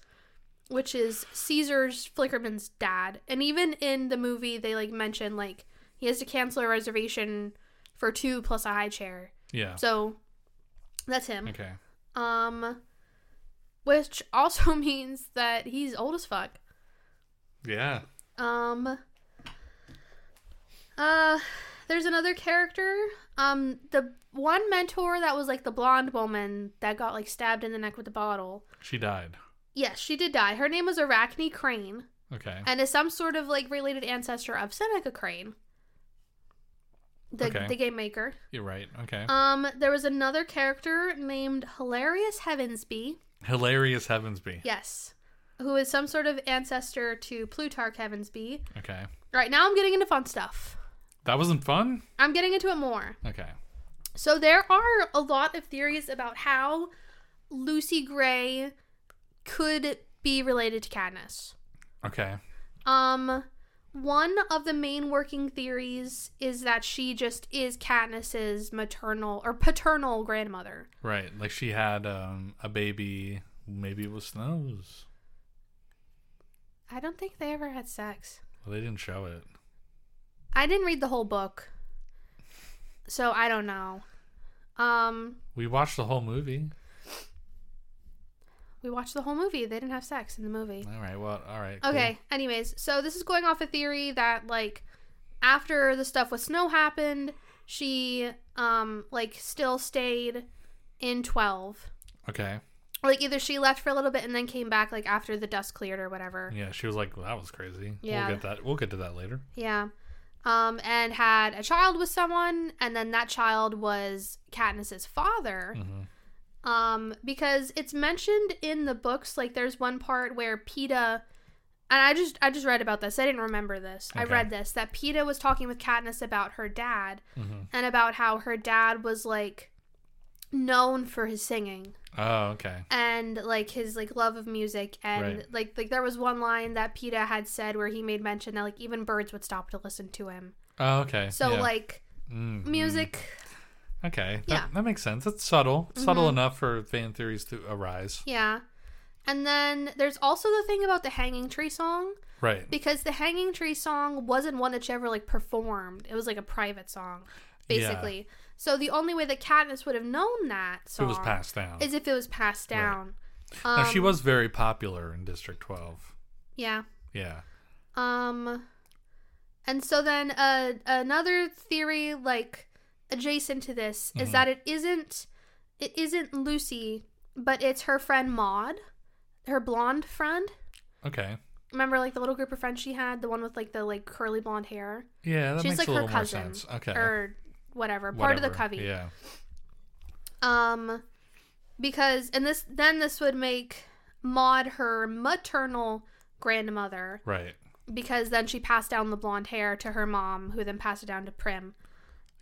S2: which is Caesar's Flickerman's dad. And even in the movie, they like mention like he has to cancel a reservation for two plus a high chair.
S1: Yeah.
S2: So that's him.
S1: okay.
S2: Um, which also *laughs* means that he's old as fuck.
S1: Yeah.
S2: Um uh there's another character. Um the one mentor that was like the blonde woman that got like stabbed in the neck with the bottle.
S1: She died.
S2: Yes, she did die. Her name was Arachne Crane
S1: Okay.
S2: and is some sort of like related ancestor of Seneca Crane. The,
S1: Okay.
S2: the game maker.
S1: You're right. Okay.
S2: Um, there was another character named Hilarious Heavensby.
S1: Hilarious Heavensby.
S2: Yes. Who is some sort of ancestor to Plutarch Heavensby.
S1: Okay.
S2: Right now I'm getting into fun stuff.
S1: That wasn't fun?
S2: I'm getting into it more.
S1: Okay.
S2: So there are a lot of theories about how Lucy Gray could be related to Cadmus.
S1: Okay.
S2: Um one of the main working theories is that she just is Katniss's maternal or paternal grandmother.
S1: Right. Like she had um, a baby. Maybe it was Snows.
S2: I don't think they ever had sex.
S1: Well, they didn't show it.
S2: I didn't read the whole book. So I don't know. Um
S1: We watched the whole movie.
S2: we watched the whole movie. They didn't have sex in the movie.
S1: All right. Well, all right. cool.
S2: Okay. Anyways, so this is going off a theory that like after the stuff with Snow happened, she um like still stayed in 12.
S1: Okay.
S2: Like either she left for a little bit and then came back like after the dust cleared or whatever.
S1: Yeah. She was like, well, that was crazy.
S2: Yeah.
S1: We'll get that. We'll get to that later.
S2: Yeah. Um and had a child with someone and then that child was Katniss's father.
S1: Mhm.
S2: Um because it's mentioned in the books like there's one part where PETA and I just I just read about this. I didn't remember this. I
S1: Okay.
S2: read this that PETA was talking with Katniss about her dad
S1: Mhm.
S2: and about how her dad was like known for his singing
S1: Oh, okay.
S2: and like his like love of music and
S1: Right.
S2: like like there was one line that PETA had said where he made mention that like even birds would stop to listen to him.
S1: Oh, okay.
S2: So
S1: Yeah.
S2: like
S1: Mm,
S2: music
S1: mm. Okay. That,
S2: Yeah. Mm-hmm.
S1: that makes sense. That's subtle. Subtle enough for fan theories to arise.
S2: Yeah. And then there's also the thing about the Hanging Tree song
S1: Right.
S2: because the Hanging Tree song wasn't one that she ever like performed. It was like a private song, basically. So the only way that Katniss would have known that
S1: It
S2: song
S1: was passed down.
S2: is if it was passed down.
S1: now, she
S2: Um,
S1: was very popular in District 12.
S2: Yeah.
S1: Yeah.
S2: Um, and so then uh, another theory, like adjacent to this, is
S1: Mm-hmm.
S2: that it isn't it isn't Lucy, but it's her friend Maud, her blonde friend.
S1: Okay.
S2: Remember, like the little group of friends she had, the one with like the like curly blonde hair.
S1: Yeah, that
S2: She's
S1: makes
S2: like
S1: a
S2: her
S1: little more
S2: cousin,
S1: sense. Okay.
S2: or whatever, part of the
S1: Whatever.
S2: covey.
S1: Yeah.
S2: Um, because and this then this would make Maud her maternal grandmother
S1: Right.
S2: because then she passed down the blonde hair to her mom, who then passed it down to Prim.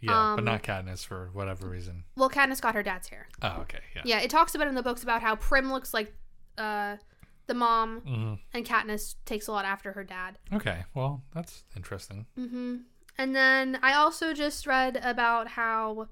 S1: Yeah, but
S2: Um,
S1: not Katniss for whatever reason.
S2: Well, Katniss got her dad's hair.
S1: Oh, okay. Yeah.
S2: Yeah, it talks about in the books about how Prim looks like uh, the mom,
S1: Mhm.
S2: and Katniss takes a lot after her dad.
S1: Okay. Well, that's interesting.
S2: hmm And then I also just read about how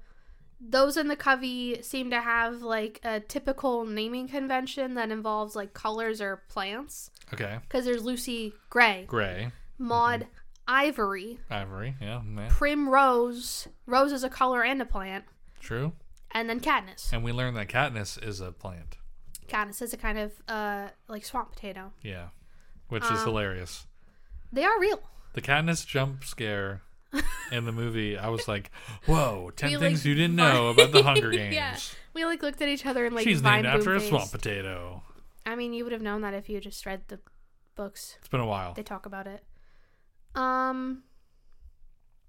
S2: those in the covey seem to have like a typical naming convention that involves like colors or plants.
S1: Okay.
S2: Because there's Lucy Gray,
S1: Gray,
S2: Maud Ivory,
S1: ivory. Yeah, yeah.
S2: Primrose. Rose is a color and a plant.
S1: True.
S2: And then Katniss.
S1: And we learned that Katniss is a plant.
S2: Katniss is a kind of uh like swamp potato.
S1: Yeah. Which
S2: Uh.
S1: is hilarious.
S2: They are real.
S1: The Katniss jump scare in the movie, I was like, whoa, 10
S2: *laughs* We, like,
S1: things you didn't know about the Hunger Games.
S2: Yeah. We like looked at each other and like
S1: She's named
S2: vibe
S1: after a
S2: boomface.
S1: swamp potato.
S2: I mean, you would have known that if you just read the books.
S1: It's been a while.
S2: they talk about it. Um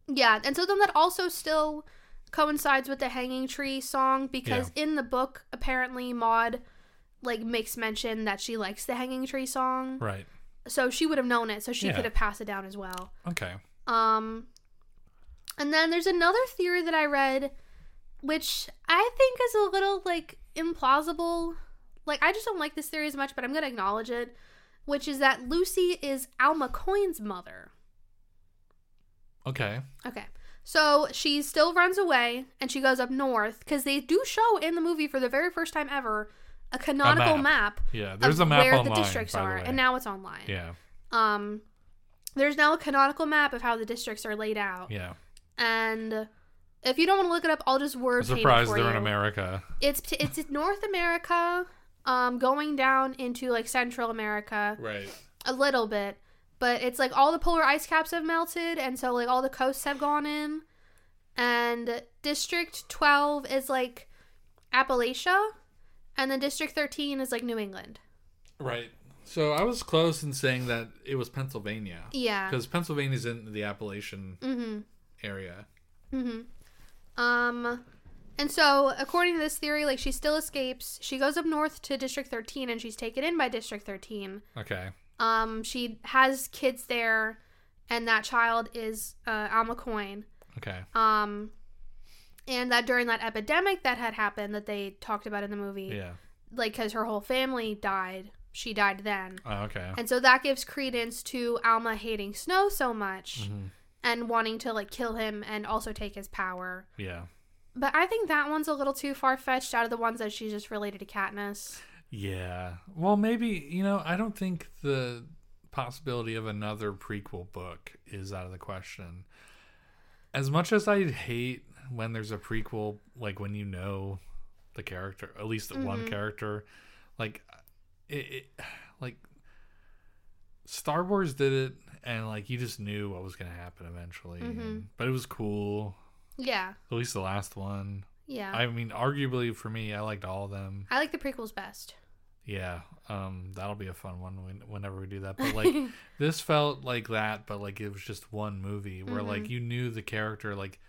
S2: yeah, and so then that also still coincides with the hanging tree song because in the book apparently Maud like makes mention that she likes the hanging tree song.
S1: Right.
S2: So she would have known it, so she
S1: Yeah.
S2: could have passed it down as well.
S1: Okay.
S2: Um and then there's another theory that I read which I think is a little like implausible. Like I just don't like this theory as much, but I'm going to acknowledge it, which is that Lucy is Alma Coyne's mother.
S1: Okay.
S2: Okay. So she still runs away and she goes up north cuz they do show in the movie for the very first time ever a canonical map,
S1: Yeah. There's
S2: of
S1: a map
S2: Uh, where
S1: online.
S2: the districts
S1: by the
S2: are
S1: way.
S2: and now it's online.
S1: yeah.
S2: Um there's now a canonical map of how the districts are laid out.
S1: Yeah.
S2: and if you don't want to look it up, I'll just word
S1: I'm
S2: paint it
S1: surprised
S2: for
S1: they're in
S2: you.
S1: America.
S2: It's it's in North America, um, going down into like Central America
S1: Right.
S2: a little bit, but it's like all the polar ice caps have melted, and so like all the coasts have gone in, and District Twelve is like Appalachia, and then District Thirteen is like New England.
S1: Right. So I was close in saying that it was Pennsylvania.
S2: Yeah.
S1: Because Pennsylvania's in the Appalachian
S2: Mm-hmm.
S1: area.
S2: Mm-hmm. Um, and so according to this theory, like she still escapes. She goes up north to District 13, and she's taken in by District 13.
S1: Okay.
S2: Um, she has kids there, and that child is uh, Alma Coin.
S1: Okay.
S2: Um, and that during that epidemic that had happened that they talked about in the movie,
S1: Yeah.
S2: like because her whole family died, she died then.
S1: Oh, okay.
S2: And so that gives credence to Alma hating Snow so much
S1: Mhm.
S2: and wanting to like kill him and also take his power.
S1: Yeah.
S2: But I think that one's a little too far fetched out of the ones that she's just related to Katniss.
S1: Yeah. Well, maybe, you know, I don't think the possibility of another prequel book is out of the question. As much as I hate when there's a prequel, like when you know the character, at least the one
S2: Mhm.
S1: character, like, it, it, like, Star Wars did it, and like you just knew what was going to happen eventually.
S2: Mhm.
S1: But it was cool.
S2: Yeah,
S1: At least the last one.
S2: yeah. I,
S1: I mean, arguably for me, I liked all of them.
S2: like the prequels best.
S1: Yeah, um, that'll be a fun one when, whenever we do that. But like,
S2: *laughs*
S1: this felt like that, but like it was just one movie where like you knew the character. Like,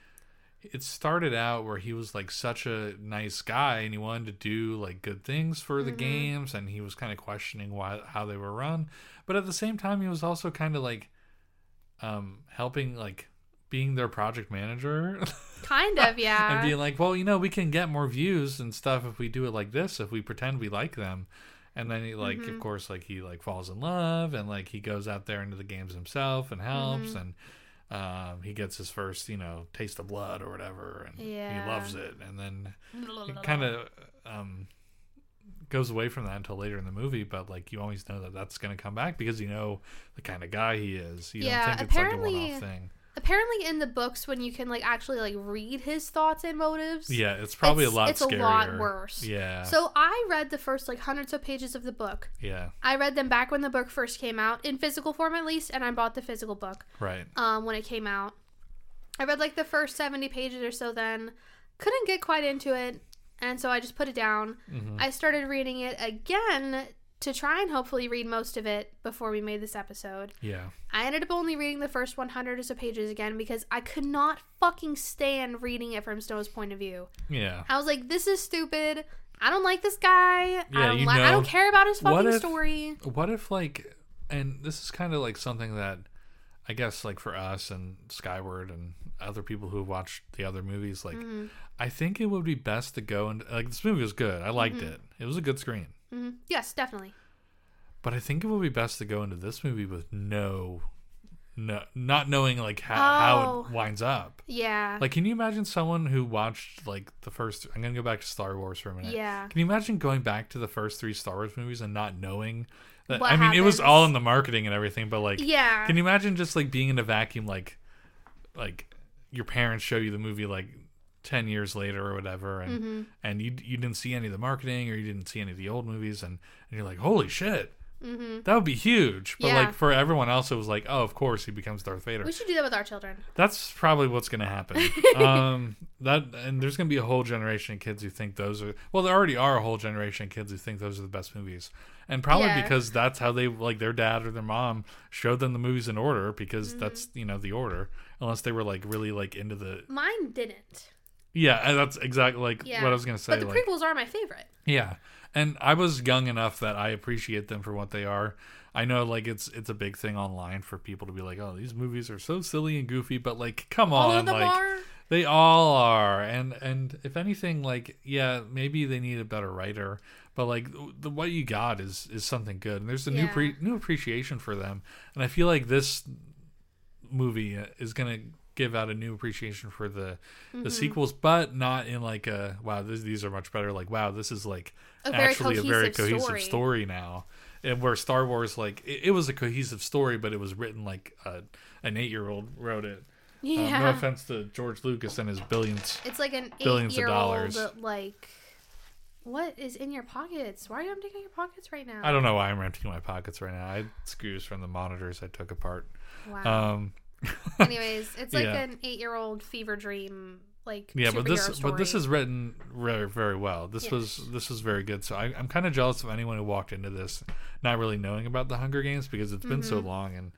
S1: it started out where he was like such a nice guy and he wanted to do like good things for the games, and he was kind of questioning why how they were run, but at the same time he was also kind of like, um, helping like being their project manager. *laughs*
S2: Kind of,
S1: and
S2: yeah.
S1: being like, well, you know, we can get more views and stuff if we do it like this, if we pretend we like them. And then he like,
S2: Mm-hmm.
S1: of course, like he like falls in love and like he goes out there into the games himself and helps
S2: Mm-hmm.
S1: and um, he gets his first, you know, taste of blood or whatever, and
S2: Yeah.
S1: he loves it. And then he kind of um, goes away from that until later in the movie. But like, you always know that that's going to come back because you know the kind of guy he is. You
S2: Yeah,
S1: don't think it's like a
S2: apparently-
S1: one-off thing.
S2: Apparently, in the books, when you can like actually like read his thoughts and motives,
S1: Yeah, it's probably
S2: it's-
S1: a lot.
S2: it's a lot
S1: scarier.
S2: worse.
S1: Yeah.
S2: So I read the first like hundreds of pages of the book.
S1: yeah.
S2: I read them back when the book first came out in physical form, at least, and I bought the physical book.
S1: Right.
S2: um, when it came out. I read like the first 70 pages or so then, couldn't get quite into it, and so I just put it down. I started reading it again to try and hopefully read most of it before we made this episode.
S1: Yeah.
S2: I ended up only reading the first 100 or so pages again because I could not fucking stand reading it from Snow's point of view.
S1: Yeah.
S2: I was like, this is stupid. I don't like this guy. I
S1: Yeah,
S2: don't
S1: you
S2: li- I
S1: know.
S2: don't care about his
S1: What
S2: fucking
S1: if-
S2: story.
S1: What if like, and this is kind of like something that I guess like for us and Skyward and other people who have watched the other movies, like I think it would be best to go and like this movie was good. I liked it. It was a good screen.
S2: hmm Yes, definitely.
S1: But I think it would be best to go into this movie with no, no, not knowing like how, how
S2: Oh.
S1: it winds up.
S2: Yeah.
S1: Like, can you imagine someone who watched like the first? I'm gonna go back to Star Wars for a minute.
S2: Yeah.
S1: Can you imagine going back to the first three Star Wars movies and not knowing that?
S2: What
S1: I mean, it was all
S2: happens?
S1: in the marketing and everything, but like,
S2: yeah.
S1: Can you imagine just like being in a vacuum, like, like your parents show you the movie like ten years later or whatever, and
S2: Mm-hmm.
S1: and you you didn't see any of the marketing or you didn't see any of the old movies, and, and you're like, holy shit, that would be huge. But
S2: Mm-hmm. Yeah.
S1: like for everyone else, it was like, oh, of course he becomes Darth Vader.
S2: we should do that with our children.
S1: That's probably what's going to
S2: *laughs*
S1: happen. um, that and there's going to be a whole generation of kids who think those are well, there already are a whole generation of kids who think those are the best movies, and probably
S2: Yeah.
S1: because that's how they like their dad or their mom showed them the movies in order because
S2: Mm-hmm.
S1: that's you know the order. Unless they were like really like into the
S2: Mine didn't.
S1: yeah, and that's exactly like
S2: Yeah.
S1: what I was going to say.
S2: But the
S1: like,
S2: prequels are my favorite.
S1: yeah. And I was young enough that I appreciate them for what they are. I know like it's it's a big thing online for people to be like, "Oh, these movies are so silly and goofy," but like come
S2: All
S1: on,
S2: of them
S1: oh, like um,
S2: are.
S1: they all are. And and if anything like yeah, maybe they need a better writer, but like the what you got is is something good. And there's a new
S2: Yeah.
S1: pre- new appreciation for them. And I feel like this movie uh, is going to give out a new appreciation for the
S2: Mm-hmm.
S1: the sequels but not in like a wow this, these are much better like wow this is like
S2: A very
S1: actually a very
S2: cohesive
S1: cohesive
S2: story.
S1: story. now and where star wars like it, it was a cohesive story but it was written like a, an eight-year-old wrote it Uh,
S2: Yeah.
S1: no offense to george lucas and his billions
S2: It's like an
S1: Billions of
S2: eight-year-old.
S1: dollars.
S2: Like, what is in your pockets? Why are you emptying your pockets right now?
S1: i don't know why i'm emptying my pockets right now i had screws from the monitors i took apart
S2: Wow.
S1: um
S2: Anyways, it's like
S1: yeah.
S2: an eight-year-old fever dream. Like
S1: yeah but this
S2: superhero
S1: but this
S2: story.
S1: is written very very well this was this was very good so I, i'm kind of jealous of anyone who walked into this not really knowing about the hunger games because it's been so
S2: Mm-hmm.
S1: long and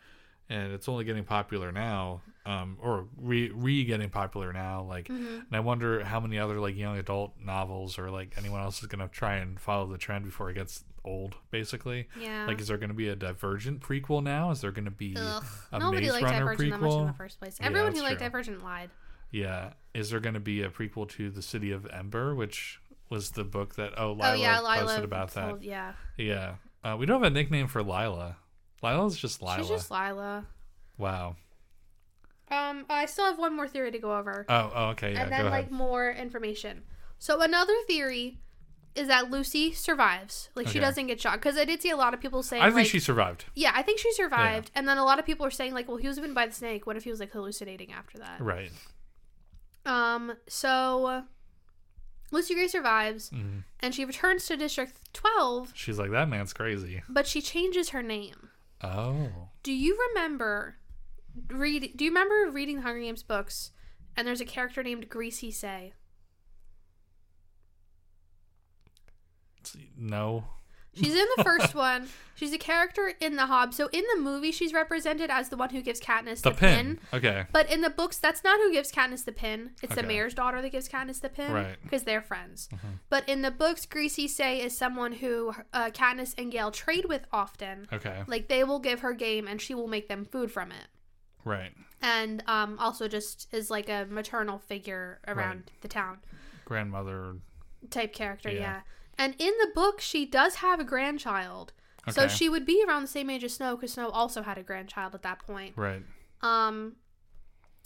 S1: and it's only getting popular now um or re re getting popular now like
S2: Mm-hmm.
S1: and i wonder how many other like young adult novels or like anyone else is gonna try and follow the trend before it gets old basically
S2: Yeah.
S1: like is there gonna be a divergent prequel now is there gonna be
S2: Ugh.
S1: a
S2: Nobody
S1: maze
S2: liked
S1: runner
S2: Divergent that much in the
S1: prequel
S2: first place.
S1: Yeah,
S2: Everyone who
S1: that's
S2: liked
S1: true.
S2: Divergent lied.
S1: yeah. Is there going to be a prequel to The City of Ember, which was the book that oh Lila
S2: oh yeah, Lila
S1: posted about
S2: told-
S1: that?
S2: Yeah,
S1: Yeah. Uh, we don't have a nickname for Lila. Lila's just Lila.
S2: she's just Lila.
S1: Wow.
S2: Um, I still have one more theory to go over,
S1: Oh, oh okay. Yeah,
S2: and
S1: go
S2: then like
S1: ahead.
S2: more information. So another theory is that Lucy survives. Like she
S1: Okay.
S2: doesn't get shot because I did see a lot of people saying.
S1: I think
S2: like,
S1: she survived.
S2: Yeah, I think she survived, and then a lot of people are saying like, "Well, he was bitten by the snake. What if he was like hallucinating after that?"
S1: Right.
S2: Um, so Lucy Gray survives,
S1: Mhm.
S2: and she returns to District Twelve,
S1: She's like that man's crazy.
S2: but she changes her name.
S1: Oh.
S2: Do you remember read do you remember reading the Hunger Games books and there's a character named Greasy Say?
S1: No.
S2: She's in the first one. She's a character in the Hob. So in the movie she's represented as the one who gives Katniss
S1: The,
S2: the,
S1: pin. Okay.
S2: But in the books, that's not who gives Katniss the pin. It's the
S1: Okay.
S2: mayor's daughter that gives Katniss the pin
S1: Right. Mm-hmm.
S2: because they're friends. But in the books, Greasy Say is someone who uh, Katniss and Gale trade with often.
S1: Okay.
S2: Like they will give her game and she will make them food from it.
S1: Right.
S2: and um, also just is like a maternal figure around the town
S1: Grandmother.
S2: type character. Yeah.
S1: Yeah.
S2: And in the book, she does have a grandchild. So
S1: Okay.
S2: she would be around the same age as Snow because Snow also had a grandchild at that point.
S1: Right.
S2: Um,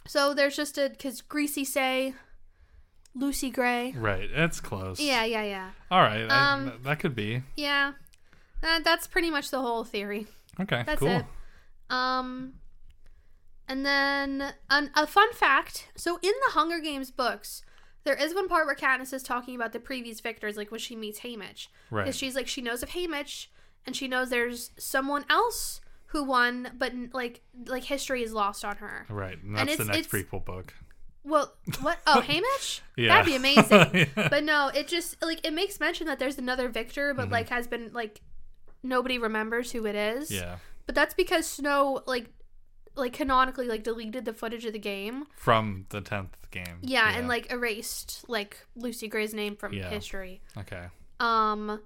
S2: so there's just a because Greasy Say, Lucy Gray.
S1: Right. That's close.
S2: Yeah, yeah, yeah,
S1: All right. I-
S2: Um,
S1: th- that could be.
S2: yeah. That, that's pretty much the whole theory.
S1: Okay.
S2: That's
S1: cool.
S2: it. Um, and then an, a fun fact. So in the Hunger Games books, there is one part where Katniss is talking about the previous victors, like when she meets Haymitch, because
S1: Right.
S2: she's like she knows of Haymitch, and she knows there's someone else who won, but like like history is lost on her.
S1: Right. And that's the
S2: it's-
S1: next
S2: it's-
S1: prequel book.
S2: Well, what?
S1: *laughs*
S2: Oh, Haymitch?
S1: Yeah. *laughs*
S2: That'd be amazing.
S1: Yeah.
S2: But no, it just like it makes mention that there's another victor, but like has been like nobody remembers who it is.
S1: yeah.
S2: But that's because Snow like like canonically like deleted the footage of the game.
S1: From the tenth game.
S2: Yeah, and like erased like Lucy Gray's name from
S1: Yeah.
S2: history.
S1: Okay.
S2: Um,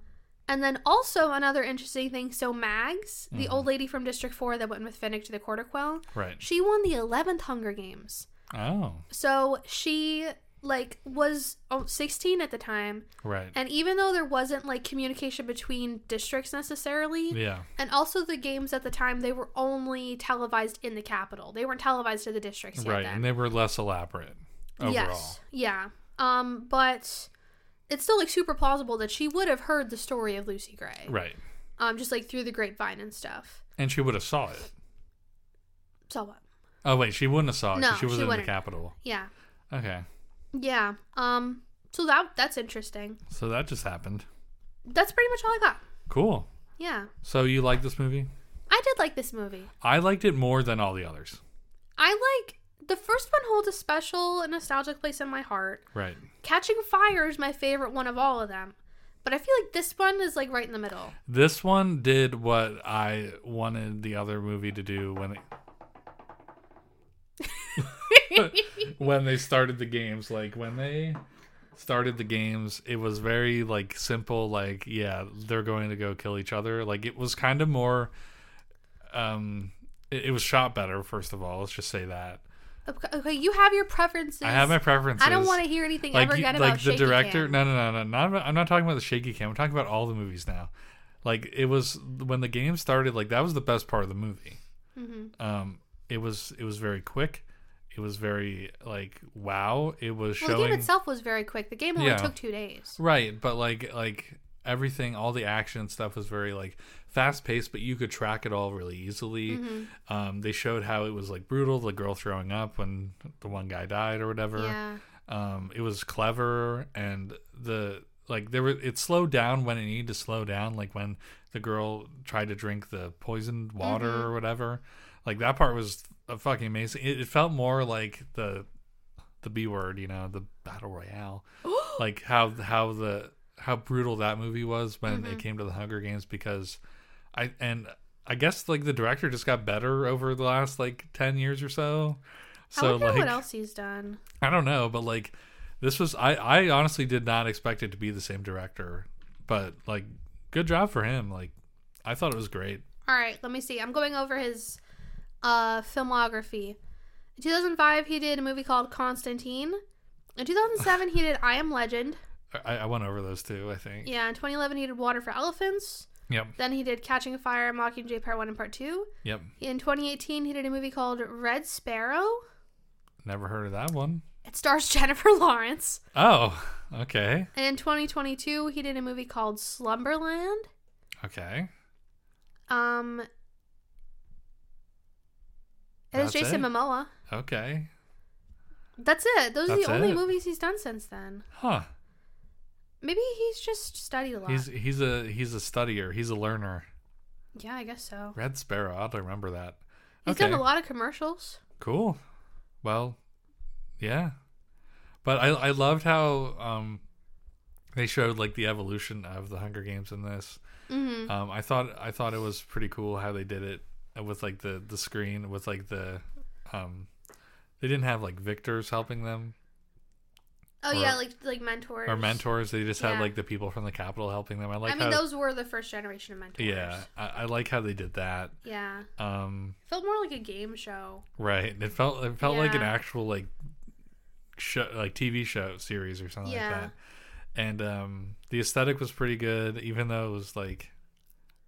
S2: and then also another interesting thing. So Mags, the old lady from District Four that went with Finnick to the Cortiquel,
S1: Right.
S2: she won the eleventh Hunger Games.
S1: Oh,
S2: So she like was oh, 16 at the time,
S1: right.
S2: and even though there wasn't like communication between districts necessarily,
S1: Yeah.
S2: and also the games at the time they were only televised in the capital. They weren't televised to the districts yet.
S1: Right.
S2: then.
S1: And they were less elaborate overall.
S2: Yes. Yeah. Um, but it's still like super plausible that she would have heard the story of Lucy Gray.
S1: Right.
S2: Um, just like through the grapevine and stuff.
S1: And she would have saw it.
S2: So what?
S1: Oh wait, she wouldn't have saw it. 'cause
S2: No,
S1: she was
S2: she
S1: in the
S2: wouldn't.
S1: capital.
S2: Yeah.
S1: Okay.
S2: Yeah. Um, so that that's interesting.
S1: So that just happened.
S2: That's pretty much all I got.
S1: Cool.
S2: Yeah.
S1: So you like this movie?
S2: I did like this movie.
S1: I liked it more than all the others.
S2: I like the first one holds a special and nostalgic place in my heart.
S1: Right.
S2: Catching Fire is my favorite one of all of them. But I feel like this one is like right in the middle.
S1: This one did what I wanted the other movie to do when it when they started the games. Like when they started the games, it was very like simple. Like yeah, they're going to go kill each other. Like it was kind of more. Um, it, it was shot better. First of all, let's just say that
S2: Okay, okay, you have your preferences.
S1: I have my preferences.
S2: I don't want to hear anything
S1: like
S2: ever
S1: you-
S2: again
S1: like
S2: about
S1: the
S2: shaky
S1: director.
S2: cam.
S1: No, no, no, no. Not about, I'm not talking about the shaky cam. I'm talking about all the movies now. Like it was when the game started. Like that was the best part of the movie.
S2: Mm-hmm.
S1: Um, it was it was very quick. It was very like wow. It was
S2: Well, the
S1: showing
S2: game itself was very quick. The game only
S1: Yeah.
S2: took two days.
S1: right, but like like everything, all the action and stuff was very like fast paced, but you could track it all really easily.
S2: Mm-hmm.
S1: Um, they showed how it was like brutal. The girl throwing up when the one guy died or whatever
S2: Yeah,
S1: um it was clever and the like there were it slowed down when it needed to slow down like when the girl tried to drink the poisoned water
S2: Mm-hmm.
S1: or whatever like that part was uh, fucking amazing it, it felt more like the the b word you know the battle royale *gasps* like how how the how brutal that movie was when
S2: Mm-hmm.
S1: it came to the hunger games because i and i guess like the director just got better over the last like 10 years or so
S2: I
S1: so
S2: wonder
S1: like
S2: what else he's done.
S1: I don't know, but like this was I I honestly did not expect it to be the same director, but like good job for him. Like I thought it was great.
S2: All right, let me see. I'm going over his uh, filmography. In 2005, he did a movie called Constantine. In 2007, he did I Am Legend.
S1: I, I went over those two, I think.
S2: Yeah, in 2011, he did Water for Elephants.
S1: Yep.
S2: Then he did Catching Fire, Mockingjay Part 1 and Part 2.
S1: Yep.
S2: In 2018, he did a movie called Red Sparrow.
S1: Never heard of that one.
S2: It stars *laughs* Jennifer Lawrence.
S1: Oh, okay.
S2: And in 2022, he did a movie called Slumberland.
S1: Okay.
S2: Um, it has
S1: That's
S2: Jason
S1: it?
S2: Momoa.
S1: Okay.
S2: That's it. Those are
S1: That's
S2: the only
S1: it?
S2: movies he's done since then.
S1: Huh.
S2: Maybe he's just studied a lot.
S1: He's he's a he's a studier. He's a learner.
S2: yeah, I guess so.
S1: Red Sparrow. I'll remember that.
S2: He's done a lot of commercials.
S1: Cool. Well, yeah. But I I loved how um they showed like the evolution of the Hunger Games in this.
S2: hmm
S1: Um I thought I thought it was pretty cool how they did it with like the the screen with like the um they didn't have like victors helping them
S2: Oh
S1: Or-
S2: yeah, like like mentors.
S1: or mentors. They just had
S2: Yeah.
S1: like the people from the Capitol helping them. I like
S2: I mean,
S1: how
S2: those were the first generation of mentors.
S1: yeah, I, I like how they did that.
S2: Yeah.
S1: Um,
S2: Felt more like a game show.
S1: right. It felt it felt like an
S2: Yeah.
S1: actual like show like TV show series or something
S2: Yeah.
S1: like that. and um the aesthetic was pretty good even though it was like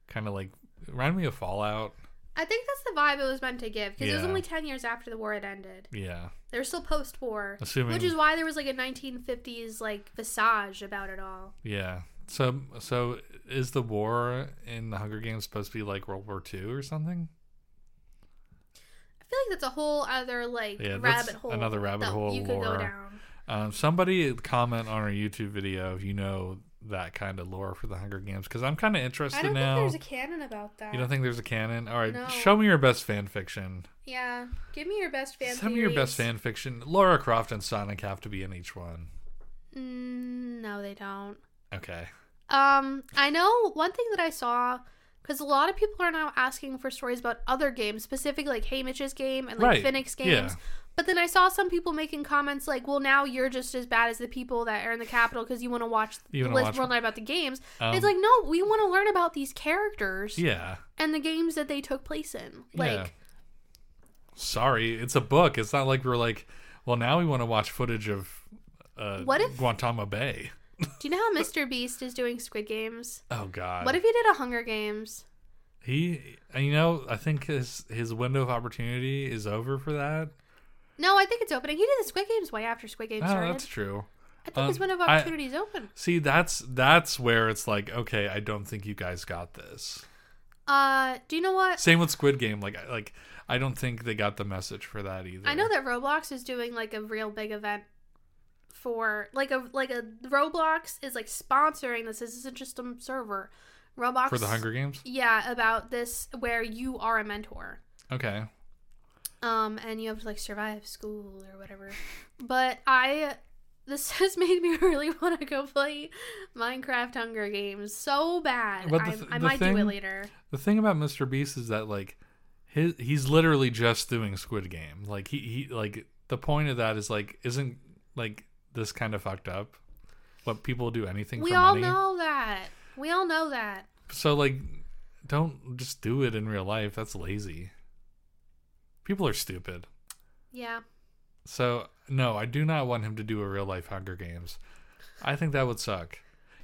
S1: kind of like it reminded me of fallout
S2: I think that's the vibe it was meant to give because it was
S1: Yeah.
S2: only 10 years after the war had ended.
S1: yeah
S2: They were still post war.
S1: Assuming-
S2: Which is why there was like a 1950s like visage about it all.
S1: yeah so so is the war in the hunger games supposed to be like world war ii or something
S2: I feel like that's a whole other like
S1: Yeah, that's
S2: rabbit hole.
S1: another rabbit
S2: that
S1: hole
S2: you could
S1: lore.
S2: go down.
S1: um somebody comment on our youtube video if you know that kind of lore for the hunger games because i'm kind of
S2: I
S1: interested
S2: don't
S1: now
S2: think there's a canon about that.
S1: you don't think there's a canon all right
S2: No.
S1: show me your best fan fiction
S2: Yeah, give me your best fan.
S1: send me your best
S2: theories.
S1: fan fiction laura croft and sonic have to be in each one
S2: Mm, no, they don't.
S1: okay
S2: Um, I know one thing that I saw because a lot of people are now asking for stories about other games, specifically like Hamish's game and like
S1: Right,
S2: Phoenix
S1: yeah.
S2: games. But then I saw some people making comments like, "Well, now you're just as bad as the people that are in the Capitol because you want to watch
S1: You
S2: the
S1: wanna
S2: list
S1: watch-
S2: World Night about the games."
S1: Um,
S2: it's like, no, we want to learn about these characters
S1: Yeah.
S2: and the games that they took place in. Like,
S1: yeah. Sorry, it's a book. It's not like we're like, well, now we want to watch footage of uh,
S2: What if-
S1: Guantanamo Bay.
S2: do you know how Mr. Beast is doing Squid Games?
S1: Oh God.
S2: What if he did a Hunger Games?
S1: he? You know, I think his his window of opportunity is over for that.
S2: No, I think it's opening. He did the Squid Games way after Squid Games
S1: Oh,
S2: started.
S1: that's true.
S2: I think his
S1: um,
S2: window of
S1: I-
S2: opportunity is open.
S1: See, that's that's where it's like, okay, I don't think you guys got this.
S2: Uh, do you know what?
S1: Same with Squid Game. Like, I- like I don't think they got the message for that either.
S2: I know that Roblox is doing like a real big event for like a like a Roblox is like sponsoring this. This isn't just a server. Roblox
S1: for the Hunger Games.
S2: Yeah, about this where you are a mentor.
S1: Okay.
S2: Um, and you have to like survive school or
S1: *laughs*
S2: whatever. But I this has made me *laughs* really want to go play Minecraft Hunger Games so bad.
S1: But the
S2: I,
S1: th-
S2: I
S1: the
S2: might do it
S1: thing-
S2: later.
S1: The thing about Mr. Beast is that like his he's literally just doing Squid Game. Like he, he like the point of that is like isn't like this kind of fucked up? What people do anything
S2: We
S1: for
S2: all
S1: money.
S2: know that. We all know that.
S1: So like don't just do it in real life. That's lazy. People are stupid.
S2: Yeah.
S1: So no, I do not want him to do a real life Hunger Games. I think that would suck.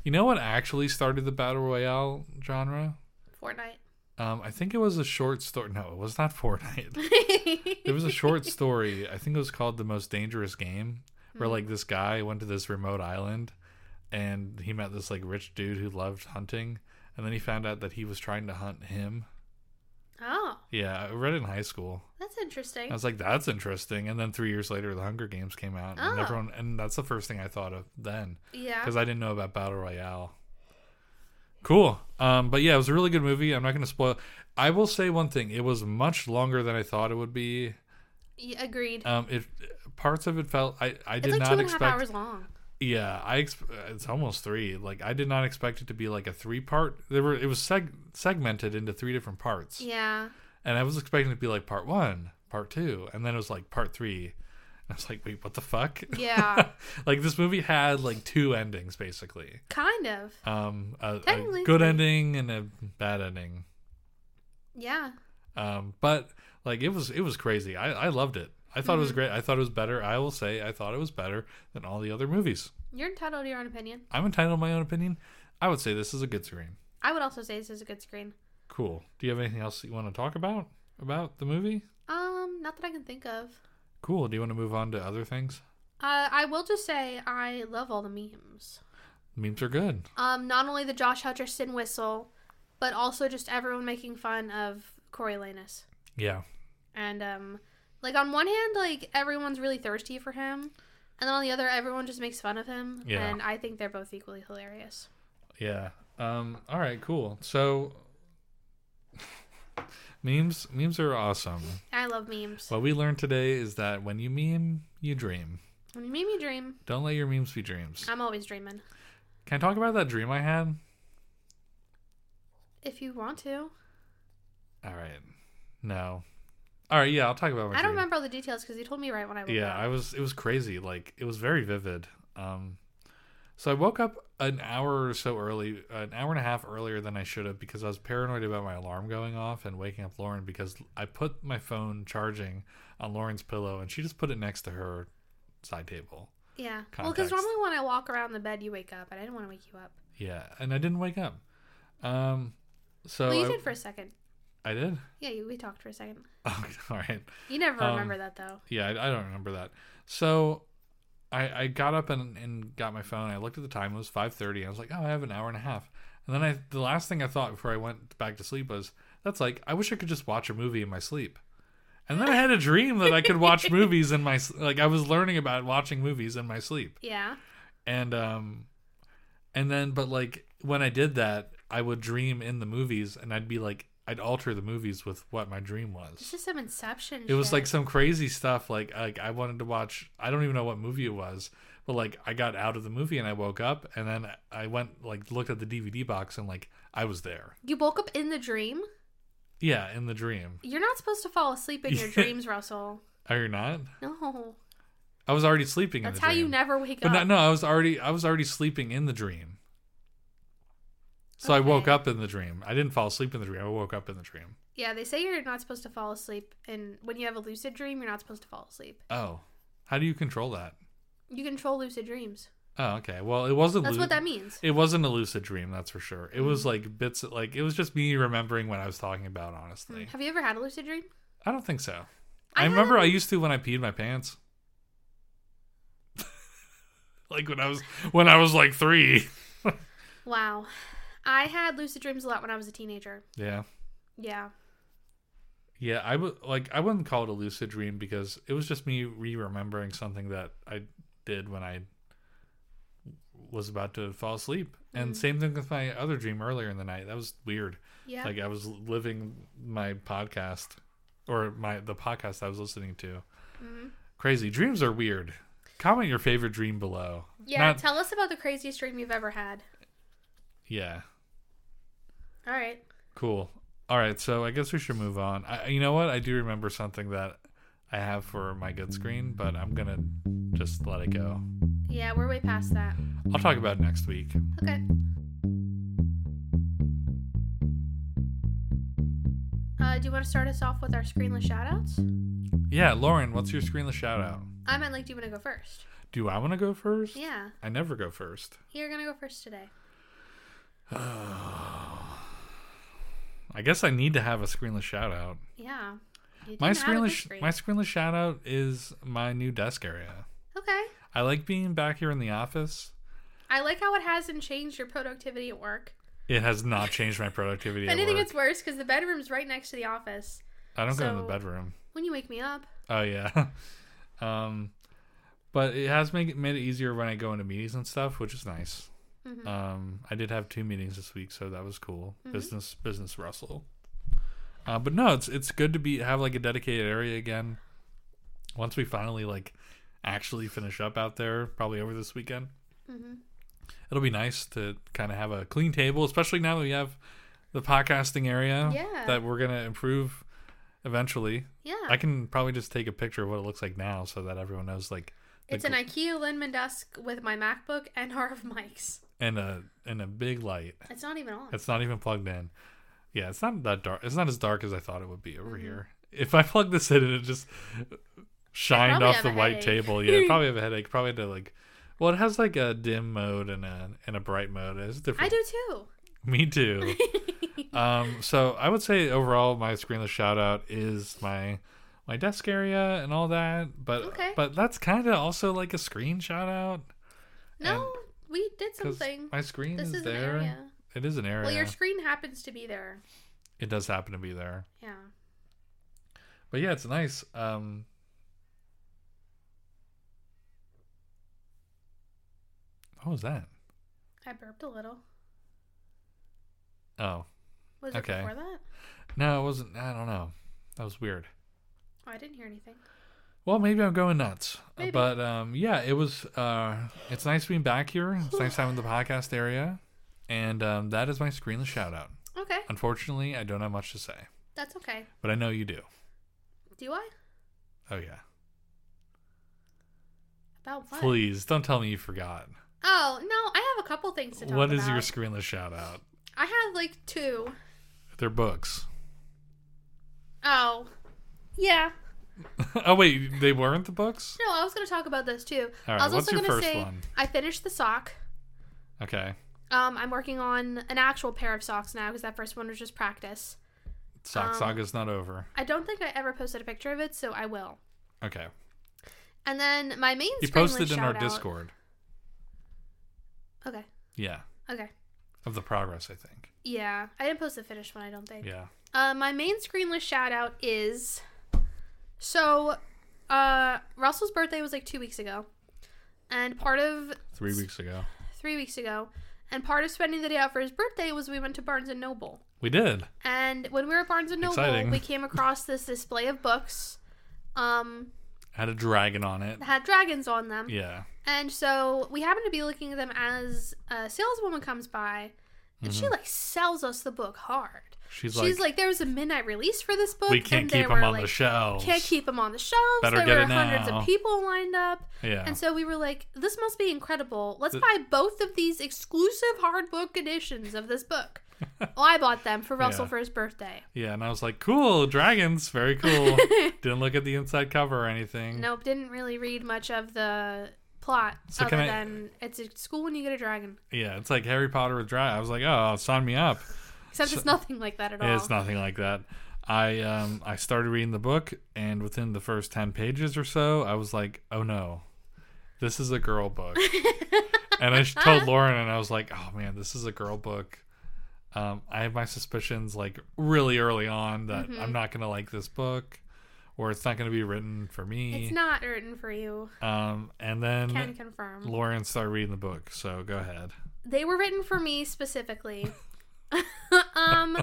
S1: You know what actually started the battle royale genre?
S2: Fortnite.
S1: Um, I think it was a short story. No, it was not *laughs* Fortnite. it *laughs* was a short story. I think it was called "The Most Dangerous Game," where like this guy went to this remote island, and he met this like rich dude who loved hunting, and then he found out that he was trying to hunt him.
S2: oh,
S1: Yeah, I read it in high school.
S2: that's interesting.
S1: I was like, "That's interesting." And then three years later, The Hunger Games came out, and
S2: Oh.
S1: everyone, and that's the first thing I thought of then
S2: yeah.
S1: because I didn't know about Battle Royale. Cool. Um, but yeah, it was a really good movie. I'm not going to spoil. I will say one thing: it was much longer than I thought it would be.
S2: Y- agreed.
S1: Um, it parts of it felt I I
S2: it's
S1: did
S2: like two
S1: not
S2: and a half
S1: expect.
S2: hours long.
S1: Yeah, I exp- it's almost three. Like I did not expect it to be like a three part. There were it was seg- segmented into three different parts, *laughs*
S2: Yeah.
S1: and I was expecting it to be like part one, part two, and then it was like part three. And I was like, wait, what the fuck?
S2: Yeah.
S1: *laughs* like this movie had like two endings basically.
S2: kind of.
S1: Um, a,
S2: Technically
S1: a good
S2: three.
S1: ending and a bad ending.
S2: Yeah.
S1: Um, but like it was it was crazy. I I loved it. I thought it was great. I thought it was better. I will say I thought it was better than all the other movies.
S2: You're entitled to your own opinion.
S1: I'm entitled to my own opinion. I would say this is a good screen.
S2: I would also say this is a good screen.
S1: Cool. Do you have anything else you want to talk about about the movie?
S2: Um, not that I can think of.
S1: Cool. Do you want to move on to other things?
S2: Uh, I will just say I love all the memes.
S1: Memes are good.
S2: Um, not only the Josh Hutcherson whistle, but also just everyone making fun of Corey Lanus.
S1: Yeah.
S2: And um, like on one hand, like everyone's really thirsty for him, and then on the other, everyone just makes fun of him.
S1: Yeah.
S2: And I think they're both equally hilarious.
S1: Yeah. Um. All right. Cool. So. *laughs* Memes, memes are awesome.
S2: I love memes.
S1: What we learned today is that when you meme, you dream.
S2: When you made me dream,
S1: Don't let your memes be dreams.
S2: I'm always dreaming.
S1: Can I talk about that dream I had?
S2: If you want to,
S1: All right. No. All right. Yeah, I'll talk about my.
S2: I don't
S1: dream.
S2: remember all the details because you told me right when I woke
S1: Yeah, I
S2: up.
S1: was. It was crazy. Like it was very vivid. Um, so I woke up an hour or so early, an hour and a half earlier than I should have because I was paranoid about my alarm going off and waking up Lauren because I put my phone charging on Lauren's pillow and she just put it next to her side table.
S2: Yeah. Well, because
S1: Context.
S2: normally when I walk around the bed, you wake up, and I didn't want to wake you up.
S1: Yeah, and I didn't wake up. Um, so
S2: well, you
S1: I,
S2: did for a second.
S1: I did. *laughs*
S2: Yeah, you, we talked for a second.
S1: all right.
S2: You never
S1: Um,
S2: remember that though.
S1: Yeah, I, I don't remember that. So I, I got up and, and got my phone. I looked at the time. It was 5.30. I was like, oh, I have an hour and a half. And then I the last thing I thought before I went back to sleep was, that's like, I wish I could just watch a movie in my sleep. And then I had a dream that I could watch movies in my s- like I was learning about watching movies in my sleep.
S2: Yeah.
S1: And um and then but like when I did that, I would dream in the movies and I'd be like I'd alter the movies with what my dream was.
S2: It's just some inception.
S1: It was
S2: shit.
S1: like some crazy stuff. Like like I wanted to watch. I don't even know what movie it was, but like I got out of the movie and I woke up and then I went like looked at the DVD box and like I was there.
S2: you woke up in the dream.
S1: Yeah, in the dream.
S2: You're not supposed to fall asleep in
S1: *laughs*
S2: your
S1: Yeah.
S2: dreams, Russell.
S1: Oh, you're not.
S2: No,
S1: I was already sleeping.
S2: that's
S1: in the
S2: how
S1: dream.
S2: you never wake
S1: But
S2: up.
S1: no, no, I was already I was already sleeping in the dream. So I woke
S2: Okay.
S1: up in the dream. I didn't fall asleep in the dream. I woke up in the dream.
S2: Yeah, they say you're not supposed to fall asleep, and when you have a lucid dream, you're not supposed to fall asleep.
S1: Oh, how do you control that?
S2: You control lucid dreams.
S1: Oh, okay. Well, it wasn't.
S2: That's
S1: lu-
S2: what that means.
S1: It wasn't a lucid dream, that's for sure. It was like bits, of, like it was just me remembering what I was talking about. Honestly,
S2: Hmm. Have you ever had a lucid dream?
S1: I don't think so.
S2: I
S1: I,
S2: had
S1: remember
S2: a-
S1: I used to when I peed my pants. *laughs* like when I was when I was like three.
S2: Wow, I had lucid dreams a lot when I was a teenager.
S1: Yeah.
S2: Yeah,
S1: Yeah, I would like I wouldn't call it a lucid dream because it was just me re-remembering something that I did when I was about to fall asleep. And same thing with my other dream earlier in the night. That was weird.
S2: yeah.
S1: Like I was living my podcast or my the podcast I was listening to.
S2: Mm-hmm.
S1: Crazy dreams are weird. Comment your favorite dream below.
S2: yeah,
S1: Not-
S2: tell us about the craziest dream you've ever had.
S1: yeah.
S2: All right.
S1: Cool. All right, so I guess we should move on. I, you know what? I do remember something that I have for my good screen, but I'm gonna just let it go.
S2: Yeah, we're way past that.
S1: I'll talk about it next week.
S2: Okay. Uh, do you want to start us off with our screenless shoutouts?
S1: Yeah, Lauren, what's your screenless shout out?
S2: I meant like, do you want to go first?
S1: Do I want to go first?
S2: Yeah,
S1: I never go first.
S2: you're gonna go first today.
S1: I guess I need to have a screenless shout out.
S2: Yeah. You
S1: My
S2: didn't have a good
S1: screenless
S2: screen.
S1: my screenless shout out is my new desk area.
S2: Okay.
S1: I like being back here in the office.
S2: I like how it hasn't changed your productivity at work.
S1: It has not changed my productivity.
S2: if
S1: at
S2: anything,
S1: work.
S2: it's worse because the bedroom's right next to the office.
S1: I don't go in the
S2: so-
S1: bedroom.
S2: When you wake me up,
S1: Oh yeah. *laughs* um, but it has made made it easier when I go into meetings and stuff, which is nice.
S2: Mhm.
S1: Um, I did have two meetings this week, so that was cool. Business business Russell. Uh, but no, it's it's good to be have like a dedicated area again. Once we finally like actually finish up out there, probably over this weekend, it'll be nice to kind of have a clean table, especially now that we have the podcasting area
S2: Yeah.
S1: that we're gonna improve eventually.
S2: yeah,
S1: I can probably just take a picture of what it looks like now so that everyone knows like the
S2: it's an
S1: gl-
S2: IKEA Linman desk with my MacBook and *laughs* Harv mics.
S1: and a and a big light.
S2: It's not even on.
S1: It's not even plugged in. Yeah, it's not that dark. It's not as dark as I thought it would be over
S2: Mm-hmm.
S1: here. If I plugged this in and it just shined
S2: probably
S1: off
S2: have
S1: the
S2: a
S1: white
S2: headache.
S1: table,
S2: *laughs*
S1: yeah, I'd probably have a headache. Probably had to like well, it has like a dim mode and a and a bright mode. It's different.
S2: I do
S1: *laughs*
S2: too.
S1: Me
S2: *laughs*
S1: too. *laughs* um, so I would say overall, my screenless shout out is my my desk area and all that. But
S2: Okay.
S1: but that's kind of also like a screen shout out
S2: No, we did
S1: because
S2: something.
S1: my screen
S2: This
S1: is,
S2: is an
S1: there.
S2: area.
S1: It is an area.
S2: Well, your screen happens to be there.
S1: it does happen to be there.
S2: Yeah.
S1: But yeah, it's nice. Um, what was that?
S2: I burped a little.
S1: Oh
S2: Was
S1: Okay.
S2: it before that?
S1: no, it wasn't. I don't know. That was weird.
S2: Oh, I didn't hear anything.
S1: Well, maybe I'm going nuts.
S2: Maybe.
S1: But um, yeah, it was. Uh, it's nice being back here. It's nice having the podcast area, and um, that is my screenless shout out.
S2: Okay,
S1: Unfortunately, I don't have much to say,
S2: that's okay.
S1: but I know you do.
S2: Do I?
S1: Oh yeah.
S2: About what?
S1: Please don't tell me you forgot.
S2: Oh no, I have a couple things to talk
S1: What
S2: about.
S1: is your screenless shout out?
S2: I have like two.
S1: They're books. *laughs*
S2: Oh, yeah.
S1: oh wait, they weren't the books.
S2: No, I was gonna talk about those too.
S1: All
S2: I
S1: right,
S2: was
S1: what's
S2: also
S1: your
S2: gonna
S1: first
S2: say
S1: one?
S2: I finished the sock.
S1: Okay,
S2: Um, I'm working on an actual pair of socks now because that first one was just practice.
S1: Sock
S2: Um,
S1: Saga's not over.
S2: I don't think I ever posted a picture of it, so I will.
S1: Okay,
S2: And then my main
S1: you
S2: screenless
S1: posted in our
S2: shout-out-
S1: Discord.
S2: Okay.
S1: Yeah,
S2: Okay.
S1: of the progress, I think.
S2: Yeah, I didn't post the finished one. I don't think.
S1: Yeah.
S2: Uh, my main screenless shout out is so uh, Russell's birthday was like two weeks ago, and part of
S1: Three weeks ago,
S2: three weeks ago, and part of spending the day out for his birthday was we went to Barnes and Noble.
S1: we did.
S2: And when we were at Barnes and Noble,
S1: Exciting.
S2: we came across this display of books um,
S1: Had a dragon on it.
S2: that had dragons on them.
S1: Yeah.
S2: And so we happened to be looking at them as a saleswoman comes by, and she like sells us the book hard.
S1: Mm-hmm. She's, like,
S2: She's like, there was a midnight release for this book.
S1: we can't
S2: and there
S1: keep them
S2: were,
S1: on the
S2: like,
S1: shelves.
S2: Can't keep them on the shelves.
S1: Better
S2: there
S1: get
S2: were
S1: it
S2: hundreds
S1: now.
S2: of people lined up.
S1: yeah.
S2: And so we were like, this must be incredible. Let's
S1: Th-
S2: buy both of these exclusive hard book editions of
S1: *laughs*
S2: this book. well, I bought them for Russell
S1: Yeah.
S2: for his birthday.
S1: yeah, and I was like, cool, dragons,
S2: *laughs*
S1: very cool. Didn't look at the inside cover or anything.
S2: Nope, didn't really read much of the plot
S1: So
S2: other
S1: can I-
S2: than it's at school when you get a dragon.
S1: Yeah, it's like Harry Potter with dragons. I was like, oh, sign me up.
S2: Except
S1: So-
S2: it's nothing like that at all.
S1: It's nothing like that. I um I started reading the book and within the first 10 pages or so, I was like, "Oh no. This is a girl
S2: *laughs*
S1: book." and I sh- told Lauren and I was like, "Oh man, this is a girl book." Um I have my suspicions like really early on that
S2: Mm-hmm.
S1: I'm not going to like this book or it's not going to be written for me.
S2: It's not written for you.
S1: um and then
S2: Can
S1: *laughs*
S2: confirm.
S1: Lauren started reading the book, so go ahead.
S2: they were written for
S1: *laughs*
S2: me specifically. *laughs* um,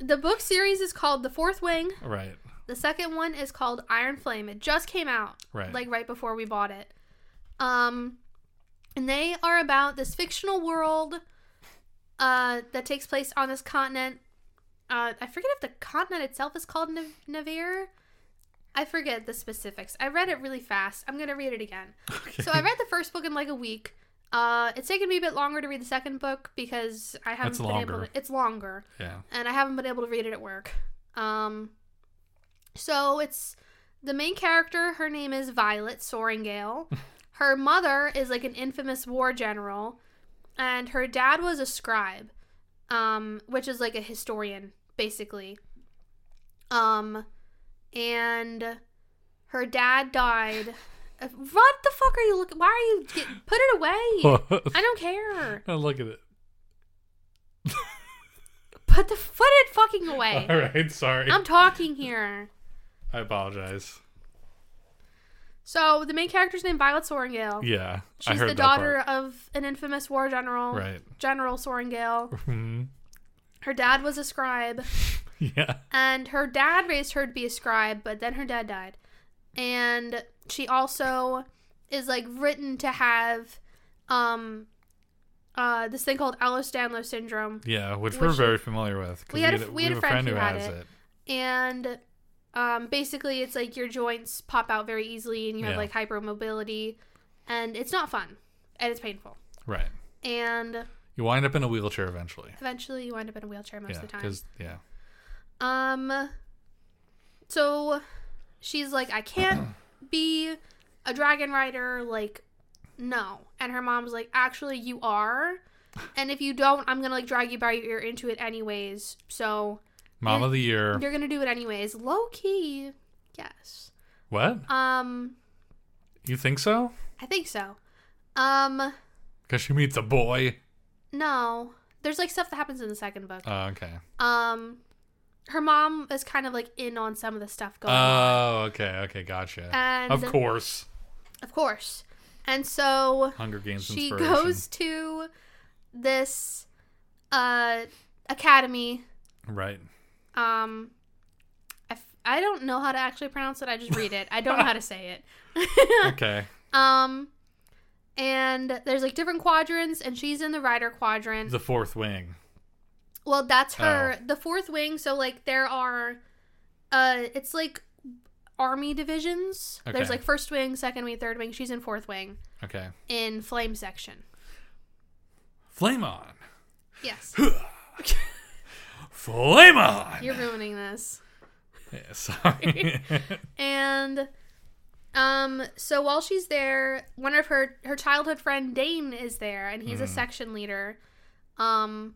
S2: the book series is called The Fourth Wing.
S1: Right.
S2: The second one is called Iron Flame. It just came out,
S1: Right. *laughs*
S2: like right before we bought it. Um, and they are about this fictional world uh, that takes place on this continent. Uh, I forget if the continent itself is called Nav- Navir. I forget the specifics. I read it really fast. I'm gonna read it again. So
S1: *laughs*
S2: I read the first book in like a week. Uh, it's taken me a bit longer to read the second book because I haven't
S1: It's
S2: been able
S1: longer.
S2: to. It's longer *laughs*
S1: Yeah. *laughs*
S2: and I haven't been able to read it at work. Um, so it's the main character. Her name is Violet
S1: *laughs*
S2: Soaringale. Her mother is like an infamous war general, and her dad was a scribe, um, which is like a historian basically. Um, and her dad died. Uh, What the fuck are you looking? Why are you get, put
S1: *laughs*
S2: it away? I don't care.
S1: Oh, Look at it.
S2: Put the put it fucking away.
S1: All right, sorry.
S2: I'm talking here.
S1: I apologize.
S2: So the main character's named Violet Soaringale.
S1: Yeah, I
S2: She's
S1: heard
S2: the
S1: that
S2: daughter of an infamous war general,
S1: part. right?
S2: General Soaringale. *laughs*
S1: Mhm.
S2: Her dad was a scribe,
S1: *laughs* Yeah,
S2: and her dad raised her to be a scribe, but then her dad died. And she also is like written to have um uh this thing called Ehlers-Danlos syndrome,
S1: yeah, which,
S2: Which-
S1: we're very familiar with. 'cause
S2: We had a- we had a friend who had it.
S1: it.
S2: and um, basically it's like your joints pop out very easily, and you have
S1: Yeah.
S2: like hypermobility, and it's not fun, and it's painful,
S1: Right,
S2: and
S1: you wind up in a wheelchair eventually.
S2: eventually you wind up in a wheelchair most
S1: yeah,
S2: of the time.
S1: yeah,
S2: Um so she's like I can't
S1: *clears throat*
S2: be a dragon rider like no. And her mom's like actually you are and if you don't I'm going to like drag you by your ear into it anyways. So
S1: mom of the year.
S2: you're going to do it anyways. Low key. Yes.
S1: What
S2: Um
S1: you think so?
S2: I think so. Um
S1: Because she meets a boy.
S2: no. There's like stuff that happens in the second book.
S1: Oh, okay.
S2: Um her mom is kind of like in on some of the stuff going on.
S1: Oh, okay, okay, gotcha.
S2: And-
S1: of course,
S2: Of course. And so
S1: Hunger Games.
S2: she
S1: inspiration.
S2: goes to this uh academy. *laughs*
S1: right.
S2: Um I, f- I don't know how to actually pronounce it. I just read it. I don't know how to say it. *laughs*
S1: Okay,
S2: um and there's like different quadrants and she's in the rider quadrant.
S1: the oh. fourth wing.
S2: well, that's her the fourth wing, so like there are uh it's like army divisions. There's
S1: Okay.
S2: like first wing, second wing, third wing. She's in fourth wing
S1: Okay,
S2: in flame section.
S1: flame on,
S2: Yes.
S1: flame
S2: *laughs*
S1: on.
S2: You're ruining this.
S1: Yeah,
S2: *laughs*
S1: sorry.
S2: And um so while she's there, one of her her childhood friend Dane is there and
S1: Mm.
S2: he's a section leader. Um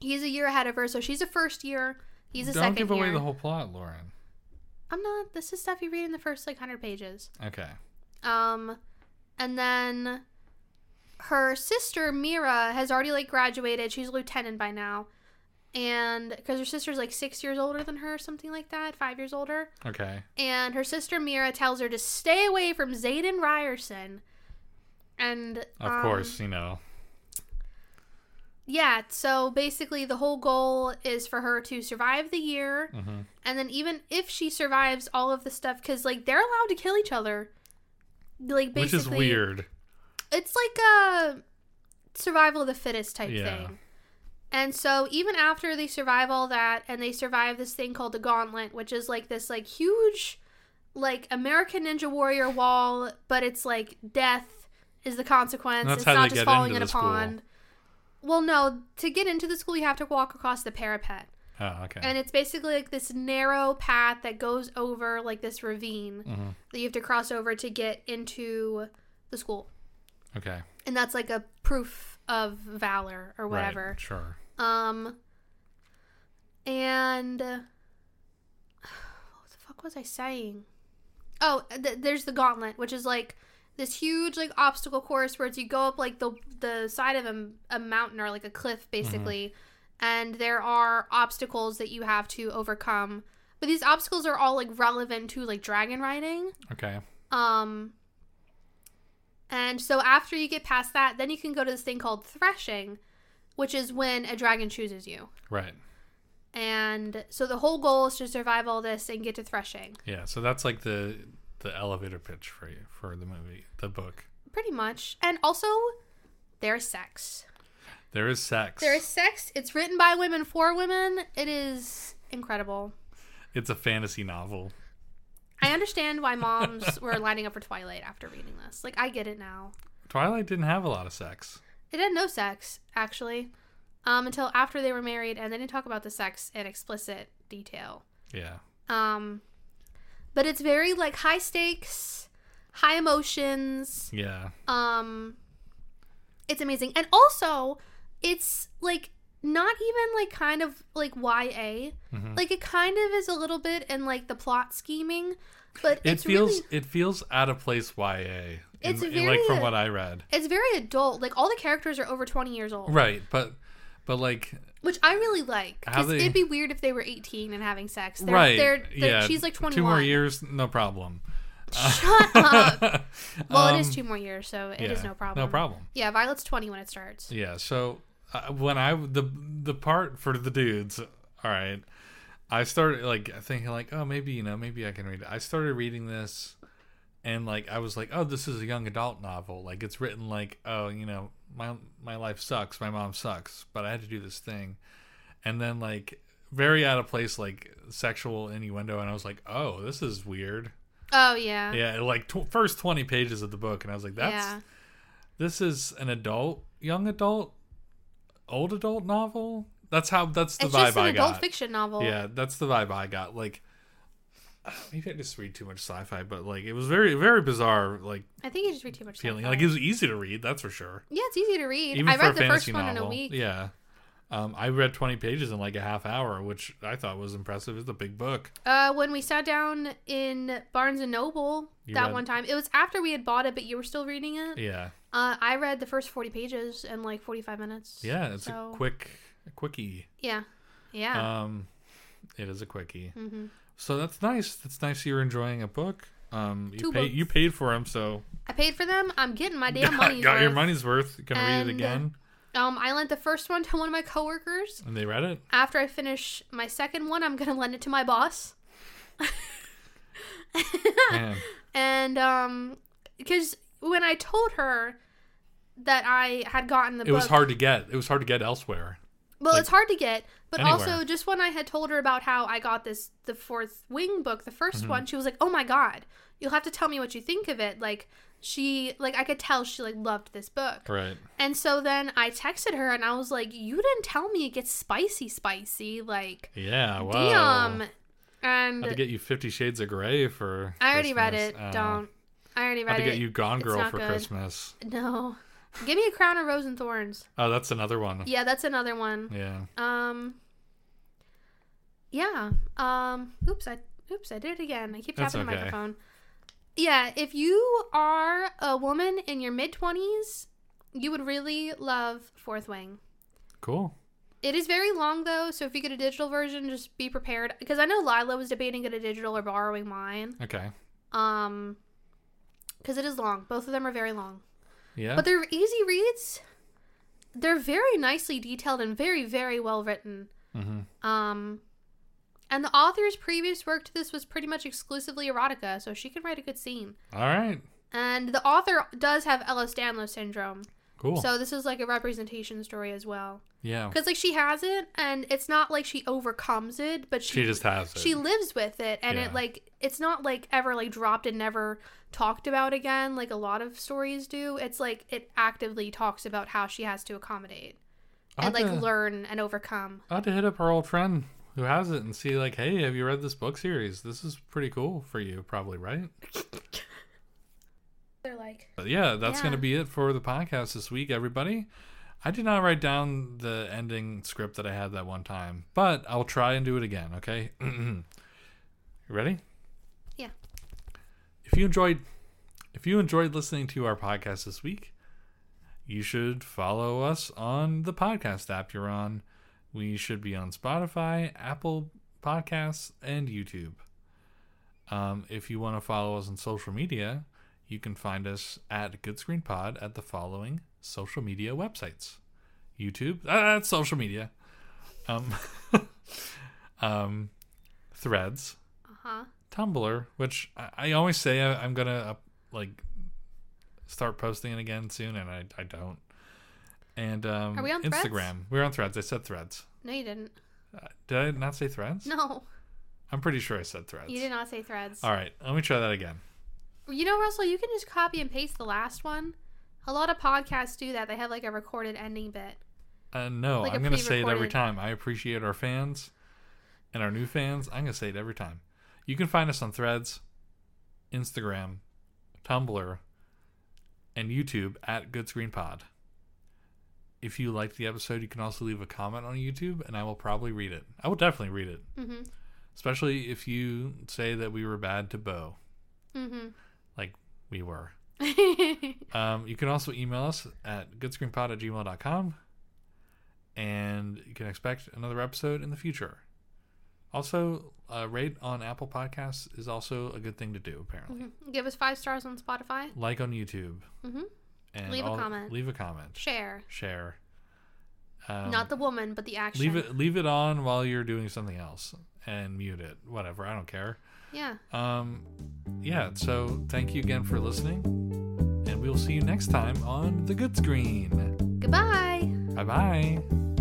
S2: he's a year ahead of her, so she's a first year, he's a
S1: Don't
S2: second
S1: give away
S2: year.
S1: the whole plot, Lauren.
S2: I'm not this is stuff you read in the first like 100 pages.
S1: Okay.
S2: Um, and then her sister Mira has already like graduated. She's a lieutenant by now, and because her sister's like six years older than her, something like that, five years older.
S1: Okay.
S2: And her sister Mira tells her to stay away from Zayden Ryerson. And
S1: Of
S2: um,
S1: course, you know.
S2: yeah. So basically, the whole goal is for her to survive the year,
S1: hmm
S2: and then even if she survives all of the stuff, because like they're allowed to kill each other, like basically,
S1: Which is weird.
S2: it's like a survival of the fittest type
S1: Yeah.
S2: thing. And so even after they survive all that and they survive this thing called the gauntlet, which is like this like huge like American Ninja Warrior wall, but it's like death is the consequence.
S1: That's
S2: it's
S1: how
S2: not
S1: they get
S2: just falling
S1: into
S2: in a
S1: the school.
S2: pond. Well, no, to get into the school you have to walk across the parapet.
S1: Oh, okay.
S2: And it's basically like this narrow path that goes over like this ravine
S1: Mhm.
S2: that you have to cross over to get into the school.
S1: okay.
S2: And that's like a proof of valor or whatever.
S1: Right. Sure.
S2: Um, and *sighs* uh, what the fuck was I saying? Oh, th- there's the gauntlet, which is like this huge like obstacle course where it's you go up like the the side of a, a mountain or like a cliff basically, and there are obstacles that you have to overcome. But these obstacles are all like relevant to like dragon riding.
S1: Okay.
S2: Um, and so after you get past that, then you can go to this thing called threshing, which is when a dragon chooses you.
S1: Right.
S2: And so the whole goal is to survive all this and get to threshing,
S1: Yeah. So that's like the the elevator pitch for you for the movie, the book.
S2: pretty much. And also, there's sex.
S1: There is sex.
S2: There is sex. It's written by women for women. It is incredible.
S1: It's a fantasy novel.
S2: I understand why moms were lining up for Twilight after reading this. Like, I get it now.
S1: Twilight didn't have a lot of sex.
S2: It had no sex, actually, um, until after they were married, and they didn't talk about the sex in explicit detail.
S1: Yeah.
S2: Um, but it's very like high stakes, high emotions.
S1: Yeah.
S2: Um, it's amazing, and also it's like not even like kind of like YA.
S1: Mhm.
S2: Like it kind of is a little bit in like the plot scheming, but
S1: It
S2: it's
S1: feels
S2: really
S1: it feels out of place YA. in-
S2: It's
S1: in, like
S2: very-
S1: from what I read.
S2: it's very adult. Like all the characters are over twenty years old,
S1: Right, but but like
S2: which I really like
S1: How
S2: because
S1: they-
S2: it'd be weird if they were eighteen and having sex. They're,
S1: right.
S2: they're, they're-
S1: yeah.
S2: she's like twenty
S1: Two
S2: one.
S1: more years, no problem.
S2: Shut
S1: *laughs*
S2: up. Well, it
S1: Um,
S2: is two more years, so it is
S1: yeah,
S2: no problem.
S1: No problem.
S2: Yeah, Violet's 20 when it starts.
S1: Yeah. So uh, when I the the part for the dudes, all right, I started like thinking like, oh, maybe you know, maybe I can read it. I started reading this, and like I was like, oh, this is a young adult novel. Like it's written like, oh, you know, my my life sucks, my mom sucks, but I had to do this thing, and then like very out of place like sexual innuendo, and I was like, oh, this is weird.
S2: Oh, yeah.
S1: Yeah, like tw- first twenty pages of the book, and I was like, that's
S2: yeah.
S1: this is an adult, young adult, old adult novel. That's how. That's the
S2: It's
S1: vibe
S2: just an
S1: I
S2: adult
S1: got.
S2: fiction novel.
S1: Yeah, that's the vibe I got. Like, maybe I just read too much sci-fi, but like it was very, very bizarre. Like
S2: I think you just read too much.
S1: feeling.
S2: sci-fi.
S1: Like it was easy to read. That's for sure.
S2: yeah, it's easy to read.
S1: Even
S2: I
S1: for a
S2: read the first
S1: fantasy
S2: one in
S1: novel.
S2: a week.
S1: Yeah. Um, I read 20 pages in like a half hour, which I thought was impressive. It's a big book.
S2: Uh, when we sat down in Barnes and Noble
S1: You
S2: that
S1: read-
S2: one time, it was after we had bought it, but you were still reading it.
S1: Yeah.
S2: Uh, I read the first 40 pages in like 45 minutes.
S1: Yeah. It's
S2: So-
S1: a quick, a quickie.
S2: Yeah. Yeah.
S1: Um, it is a quickie.
S2: hmm
S1: So that's nice. That's nice. You're enjoying a book. Um, you
S2: Two
S1: paid
S2: books.
S1: you paid for them, so
S2: I paid for them. I'm
S1: *laughs*
S2: getting my damn
S1: got
S2: money.
S1: your money's worth. You can read
S2: And, uh,
S1: it again,
S2: Um, I lent the first one to one of my coworkers.
S1: and they
S2: *laughs*
S1: read it.
S2: after I finish my second one, I'm gonna lend it to my boss.
S1: Man,
S2: And um, because when I told her that I had gotten the
S1: it
S2: book,
S1: was hard to get. It was hard to get elsewhere.
S2: Well,
S1: like,
S2: it's hard to get, but also
S1: anywhere.
S2: just when I had told her about how I got this the fourth wing book, the 1st
S1: Mm-hmm.
S2: one, she was like, "Oh my god, you'll have to tell me what you think of it." Like she, like I could tell she like loved this book.
S1: Right.
S2: And so then I texted her and I was like, "You didn't tell me it gets spicy, spicy like."
S1: Yeah. Wow.
S2: Damn. And
S1: Had to get you Fifty Shades of Grey for.
S2: I already read it.
S1: Christmas. Oh.
S2: Don't. I already read
S1: Had to get
S2: it.
S1: you Gone
S2: It's
S1: Girl
S2: not
S1: for
S2: good.
S1: Christmas.
S2: No. Give me a crown of rose and thorns.
S1: Oh, that's another one.
S2: Yeah, that's another one.
S1: Yeah.
S2: Um. Yeah. Um. Oops. I. Oops. I did it again. I keep
S1: That's
S2: tapping the
S1: okay.
S2: microphone. Yeah. If you are a woman in your mid twenties, you would really love Fourth Wing.
S1: Cool.
S2: It is very long though, so if you get a digital version, just be prepared. Because I know Lila was debating get a digital or borrowing mine.
S1: Okay.
S2: Um. Because it is long. Both of them are very long.
S1: Yeah.
S2: But they're easy reads. They're very nicely detailed and very, very well written.
S1: mm-hmm.
S2: Um, and the author's previous work to this was pretty much exclusively erotica, so she can write a good scene.
S1: All right.
S2: And the author does have Ellis Danlos syndrome,
S1: Cool.
S2: So this is like a representation story as well.
S1: yeah.
S2: Because like she has it, and it's not like she overcomes it, but she,
S1: She just has it.
S2: she lives with it, and
S1: Yeah.
S2: it like it's not like ever like dropped and never talked about again, like a lot of stories do. It's like it actively talks about how she has to accommodate
S1: I'll
S2: and like
S1: have to-
S2: learn and overcome.
S1: I'll have to hit up our old friend who has it and see, like, hey, have you read this book series? This is pretty cool for you, probably, right?
S2: They're like,
S1: But yeah, that's
S2: Yeah.
S1: going to be it for the podcast this week, everybody. I did not write down the ending script that I had that one time, but I'll try and do it again, okay? *clears throat* you ready?
S2: Yeah.
S1: If you enjoyed if you enjoyed listening to our podcast this week, you should follow us on the podcast app you're on. We should be on Spotify, Apple Podcasts, and YouTube. Um, if you want to follow us on social media, you can find us at Good Screen Pod at the following social media websites YouTube, ah, that's social media, um, *laughs* um, Threads,
S2: uh huh.
S1: Tumblr, which I, I always say I, I'm going to uh, like start posting it again soon, and I, I don't. And um,
S2: Are we on Threads?
S1: Instagram. We're on Threads. I said Threads.
S2: No, you didn't. *laughs*
S1: Uh, did I not say Threads?
S2: No,
S1: I'm pretty sure I said Threads.
S2: you did not say threads.
S1: All right, let me try that again.
S2: You know, Russell, you can just copy and paste the last one. A lot of podcasts do that. They have like a recorded ending bit.
S1: Uh, no,
S2: Like a
S1: I'm going to say it every
S2: pre-recorded.
S1: time. I appreciate our fans and our new fans. I'm going to say it every time. You can find us on Threads, Instagram, Tumblr, and YouTube at Good Screen Pod. If you liked the episode, you can also leave a comment on YouTube, and I will probably read it. I will definitely read it,
S2: Mhm.
S1: especially if you say that we were bad to Bo,
S2: Mhm.
S1: like we were.
S2: Mm-hmm.
S1: Um, you can also email us at goodscreenpod at gmail.com and you can expect another episode in the future. Also, uh, rate on Apple Podcasts is also a good thing to do, apparently.
S2: *laughs* Give us five stars on Spotify.
S1: Like on YouTube.
S2: Mhm.
S1: And
S2: Mm-hmm. Leave a comment.
S1: Leave a comment.
S2: Share.
S1: Share. Um,
S2: Not the woman, but the action.
S1: leave it leave it on while you're doing something else and mute it. Whatever. I don't care.
S2: Yeah.
S1: Um, yeah, so thank you again for listening. And we will see you next time on The Good Screen.
S2: Goodbye.
S1: Bye bye.